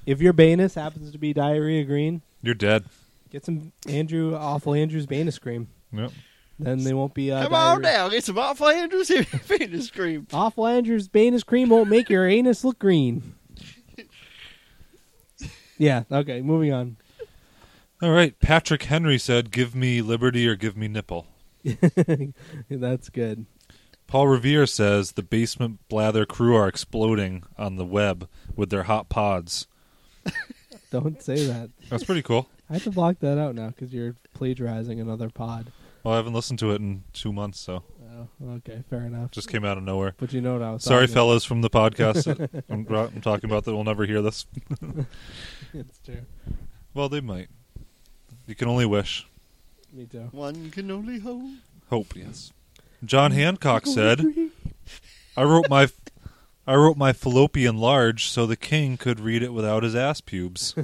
S1: If your Banus happens to be diarrhea green,
S2: You're dead.
S1: get some Andrew awful Andrew's Banus cream.
S2: Yep.
S1: Then they won't be. Uh,
S3: Come on
S1: diarrhea-
S3: now, get some off Andrews here. Penis cream.
S1: Awful Andrew's Banus cream won't make your anus look green. Yeah. Okay. Moving on.
S2: All right. Patrick Henry said, "Give me liberty or give me nipple."
S1: That's good.
S2: Paul Revere says the basement blather crew are exploding on the web with their hot pods.
S1: Don't say that.
S2: That's pretty cool.
S1: I have to block that out now because you're plagiarizing another pod.
S2: Well, I haven't listened to it in two months, so
S1: Oh, okay. Fair enough.
S2: it just came out of nowhere.
S1: But you know what I was.
S2: Sorry,
S1: talking about.
S2: fellas from the podcast that I'm, I'm talking about that will never hear this.
S1: It's true.
S2: Well, they might. You can only wish.
S1: Me too.
S3: One can only hope.
S2: Hope, yes. John Hancock said, "I wrote my, I wrote my fallopian large so the king could read it without his ass pubes."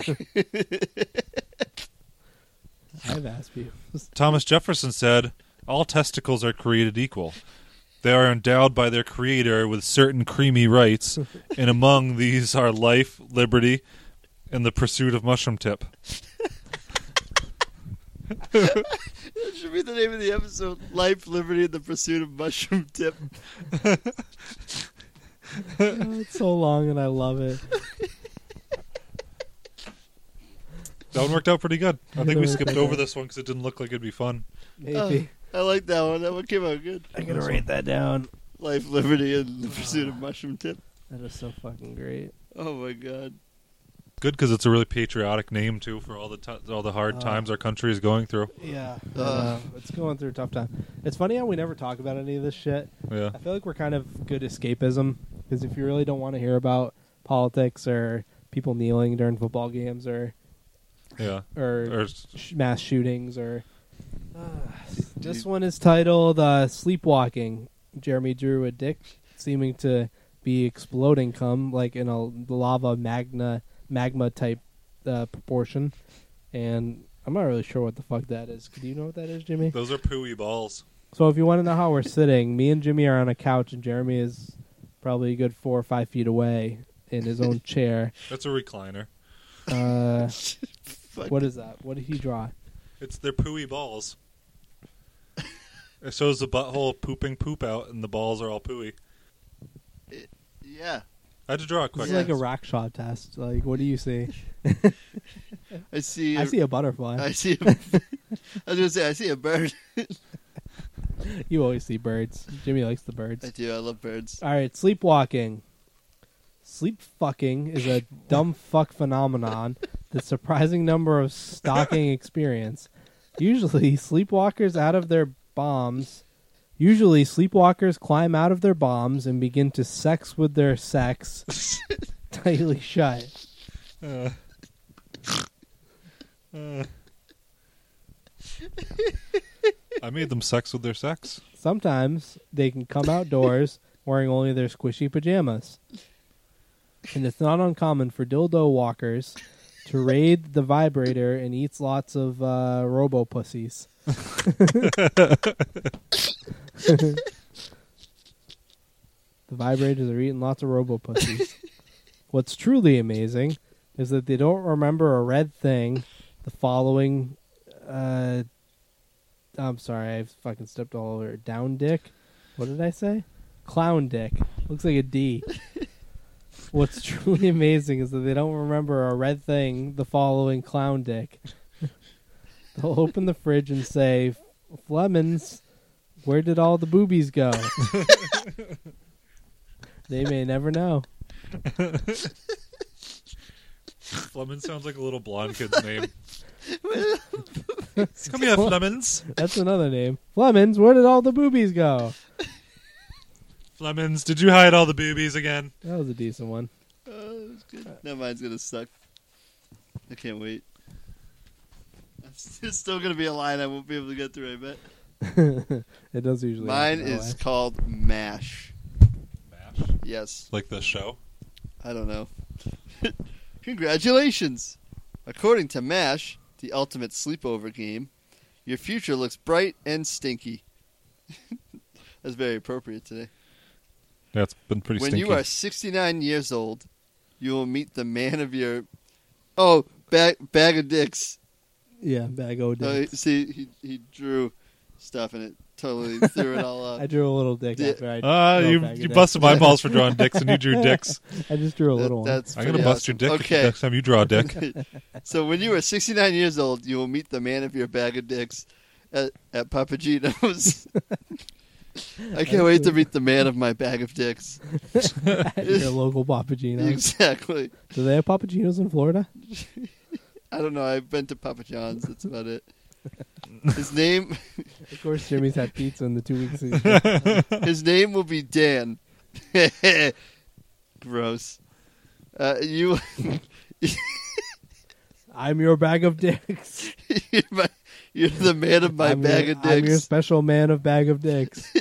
S1: I've asked you.
S2: Thomas Jefferson said, "All testicles are created equal. They are endowed by their creator with certain creamy rights, and among these are life, liberty, and the pursuit of mushroom tip."
S3: That should be the name of the episode. Life, liberty, and the pursuit of mushroom dip.
S1: Oh, it's so long and I love it.
S2: That one worked out pretty good. I think we
S1: Yeah.
S2: skipped over this one because it didn't look like it'd be fun.
S1: Maybe.
S3: I like that one. That one came out good.
S1: I'm going to write that down.
S3: Life, liberty, and the pursuit of mushroom tip.
S1: That is so fucking great.
S3: Oh my god.
S2: Good because it's a really patriotic name too for all the ti all the hard
S1: Uh.
S2: times our country is going through.
S1: Yeah.
S3: Uh.
S1: it's going through a tough time. It's funny how we never talk about any of this shit.
S2: Yeah,
S1: I feel like we're kind of good escapism because if you really don't want to hear about politics or people kneeling during football games or
S2: yeah. Or
S1: or,
S2: s-
S1: sh- mass shootings or this one is titled uh, "Sleepwalking." Jeremy drew a dick seeming to be exploding, come like in a lava magna magma type uh, proportion, and I'm not really sure what the fuck that is. Do you know what that is, Jimmy?
S2: those are pooey balls.
S1: So if you want to know how we're sitting, me and Jimmy are on a couch, and Jeremy is probably a good four or five feet away in his own chair.
S2: That's a recliner.
S1: Uh,
S3: Fuck.
S1: what is that? What did he draw?
S2: It's they're pooey balls. It shows the butthole pooping poop out, and the balls are all pooey.
S3: Yeah.
S2: I had to draw a
S1: This
S2: quick.
S1: is like a
S3: Yes.
S1: rock shot test. Like, what do you see?
S3: I see.
S1: I see a
S3: I
S1: butterfly.
S3: see. A, I was gonna say I see a bird.
S1: You always see birds. Jimmy likes the
S3: I
S1: birds.
S3: do. I love birds.
S1: All right, sleepwalking. Sleep fucking is a dumb fuck phenomenon the surprising number of stalking experience. Usually, sleepwalkers out of their bombs. Usually, sleepwalkers climb out of their bombs and begin to sex with their sex tightly shut.
S2: Uh, uh. I made them sex with their sex.
S1: Sometimes they can come outdoors wearing only their squishy pajamas. And it's not uncommon for dildo walkers to raid the vibrator and eats lots of uh, robo pussies. the vibrators are eating lots of robo pussies. What's truly amazing is that they don't remember a red thing the following uh, I'm sorry, I fucking stepped all over. Down dick? What did I say? Clown dick. Looks like a D. What's truly amazing is that they don't remember a red thing the following clown dick. They'll open the fridge and say, Flemons, where did all the boobies go? they may never know.
S2: Flemons sounds like a little blonde kid's name. Come here, Flemons.
S1: That's another name. Flemons, where did all the boobies go?
S2: Flemons, did you hide all the boobies again?
S1: That was a decent one.
S3: Oh, that's good. Now mine's gonna suck. I can't wait. It's still gonna be a line I won't be able to get through. I bet.
S1: it does usually.
S3: Mine
S1: happen that
S3: is
S1: way.
S3: called Mash.
S2: Mash.
S3: Yes.
S2: Like the show?
S3: I don't know. Congratulations! According to MASH, the ultimate sleepover game, your future looks bright and stinky. That's very appropriate today.
S2: Yeah, it's been pretty
S3: when you are 69 years old, you will meet the man of your. Oh, bag, bag of dicks.
S1: Yeah, bag o'
S3: Oh,
S1: dicks.
S3: see, he, he drew stuff and it totally threw it all
S1: I
S3: up.
S1: drew a little dick
S3: Yeah.
S1: after I.
S2: Ah,
S1: drew a
S2: you,
S1: bag of
S2: you
S1: dicks.
S2: busted my balls for drawing dicks and you drew dicks.
S1: I just drew a
S3: That-
S1: little one.
S3: that's
S2: I'm going to
S3: pretty
S2: bust your
S3: awesome.
S2: dick
S3: Okay.
S2: next time you draw a dick.
S3: so when you are 69 years old, you will meet the man of your bag of dicks at, at Papagino's. I can't wait to meet the man of my bag of dicks.
S1: At your local Papagino's.
S3: Exactly.
S1: Do they have Papagino's in Florida?
S3: I don't know. I've been to Papa John's. That's about it. His name,
S1: Of course, Jimmy's had pizza in the two weeks. He's been-
S3: his name will be Dan. Gross. Uh, you,
S1: I'm your bag of dicks.
S3: you're, my, you're the man of my
S1: I'm
S3: bag
S1: your,
S3: of
S1: I'm your
S3: dicks.
S1: special man of bag of dicks.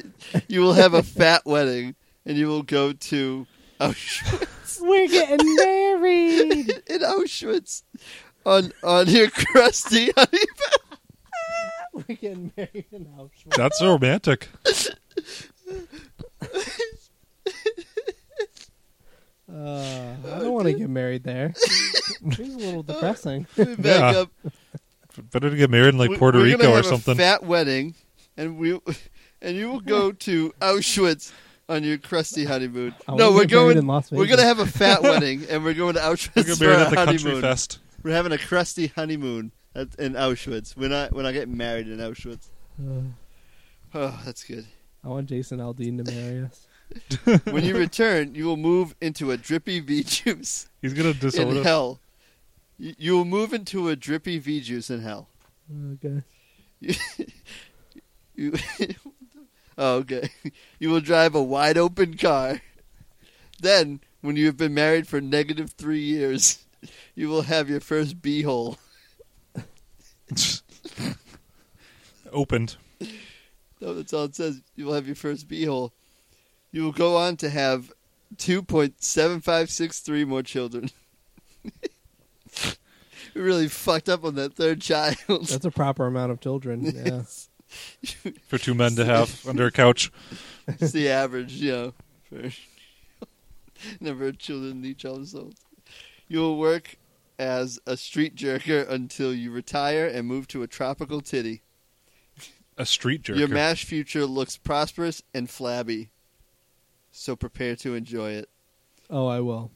S3: You will have a fat wedding, and you will go to Auschwitz.
S1: We're getting married.
S3: in Auschwitz on on your crusty honey
S1: We're getting married in Auschwitz.
S2: That's romantic.
S1: Uh, I don't want to get married there. Seems a little depressing.
S3: pie back
S2: Yeah.
S3: up.
S2: Better to get married in like
S3: We-
S2: Puerto
S3: we're gonna
S2: Rico or
S3: have A
S2: something.
S3: fat wedding, and we and you will go to Auschwitz on your crusty honeymoon.
S1: I
S3: no,
S1: wanna
S3: we're
S1: get married
S3: going.
S1: in Las
S3: We're
S1: Vegas.
S3: gonna have a fat wedding, and we're going to Auschwitz
S2: We're gonna get
S3: for
S2: married
S3: our
S2: at the country
S3: honeymoon.
S2: fest.
S3: We're having a crusty honeymoon at, in Auschwitz. We're not. We're not getting married in Auschwitz. Oh, that's good.
S1: I want Jason Aldean to marry us.
S3: When you return, you will move into a drippy V juice
S2: He's gonna
S3: in
S2: disown
S3: hell. You, you will move into a drippy V juice in hell.
S1: Okay.
S3: You, oh, okay. You will drive a wide open car. Then, when you have been married for negative three years, you will have your first beehole.
S2: opened.
S3: No, That's all it says. You will have your first beehole. You will go on to have 2.7563 more children. we really fucked up on that third child.
S1: That's a proper amount of children. Yeah.
S2: for two men to have under a couch.
S3: It's the average, you know, for number of children each household. You will work as a street jerker until you retire and move to a tropical titty.
S2: A street jerker.
S3: Your MASH future looks prosperous and flabby, so prepare to enjoy it.
S1: Oh, I will.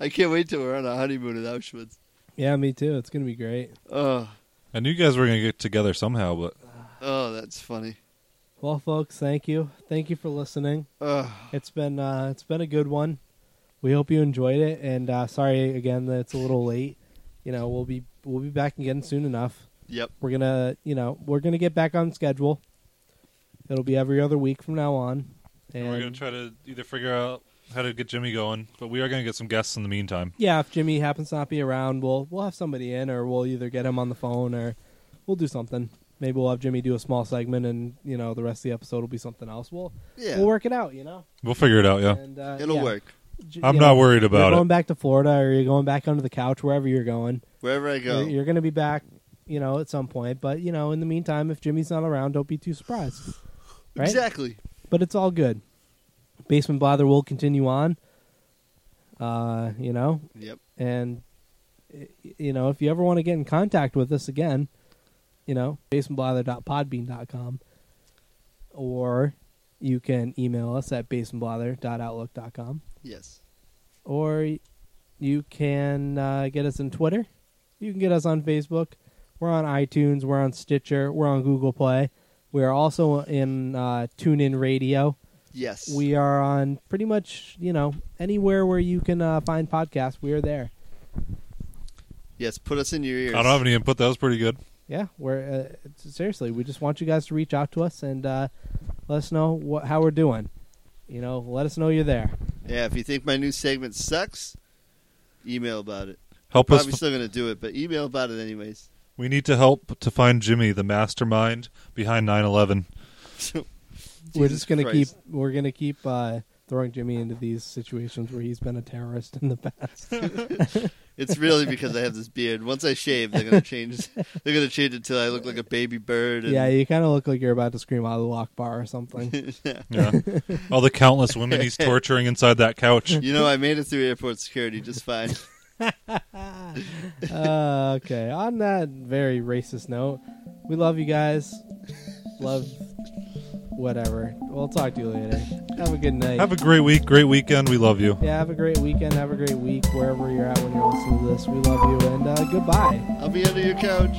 S3: I can't wait till we're on a honeymoon in Auschwitz.
S1: Yeah, me too. It's gonna be great.
S3: Oh,
S2: I knew you guys were going to get together somehow, but
S3: oh, that's funny.
S1: Well, folks, thank you. Thank you for listening.
S3: Oh,
S1: It's been uh, it's been a good one. We hope you enjoyed it, and uh, sorry again that it's a little late. You know, we'll be we'll be back again soon enough.
S3: yep.
S1: We're gonna you know we're gonna get back on schedule. It'll be every other week from now on. And,
S2: and we're going to try to either figure out how to get Jimmy going, but we are going to get some guests in the meantime.
S1: yeah, if Jimmy happens to not be around, we'll we'll have somebody in, or we'll either get him on the phone, or we'll do something. Maybe we'll have Jimmy do a small segment, and you know the rest of the episode will be something else. We'll
S3: Yeah,
S1: we'll work it out, you know.
S2: We'll figure it out, yeah.
S1: And, uh,
S3: it'll
S1: yeah.
S3: work.
S1: J-
S2: I'm
S1: you
S2: not
S1: know,
S2: worried
S1: you're
S2: about
S1: going
S2: it.
S1: back to Florida, or you're going back under the couch, wherever you're going.
S3: Wherever I go,
S1: You're, you're going to be back, you know, at some point. But you know, in the meantime, if Jimmy's not around, don't be too surprised. Right?
S3: exactly.
S1: But it's all good. Basement blather will continue on. Uh, you know,
S3: Yep.
S1: and y- you know, if you ever want to get in contact with us again, you know, basementblather.podbean.com or you can email us at basementblather.outlook.com
S3: Yes.
S1: or y- you can uh, get us on Twitter. You can get us on Facebook. We're on iTunes. We're on Stitcher. We're on Google Play. We are also in uh, TuneIn Radio.
S3: Yes.
S1: We are on pretty much you know anywhere where you can uh, find podcasts. We are there.
S3: yes. Put us in your ears.
S2: I don't have any input. That was pretty good.
S1: Yeah, we're uh, seriously. We just want you guys to reach out to us and uh, let us know what how we're doing. You know, let us know you're there.
S3: Yeah. If you think my new segment sucks, email about it.
S2: Help
S3: Probably
S2: us.
S3: still gonna do it, but email about it anyways.
S2: we need to help to find Jimmy, the mastermind behind 9 11.
S3: So,
S1: we're
S3: Jesus
S1: just gonna
S3: Christ.
S1: keep we're gonna keep uh, throwing Jimmy into these situations where he's been a terrorist in the past.
S3: It's really because I have this beard. Once I shave, they're gonna change. They're gonna change it till I look like a baby bird. And,
S1: Yeah, you kind of look like you're about to scream out of the lock bar or something.
S2: Yeah. All the countless women he's torturing inside that couch.
S3: You know, I made it through airport security just fine.
S1: uh, okay. On that very racist note, we love you guys. Love whatever. We'll talk to you later. Have a good night.
S2: Have a great week. Great weekend. We love you.
S1: yeah, have a great weekend. Have a great week wherever you're at when you're listening to this. We love you and uh, goodbye.
S3: I'll be under your couch.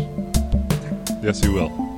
S2: Yes, you will.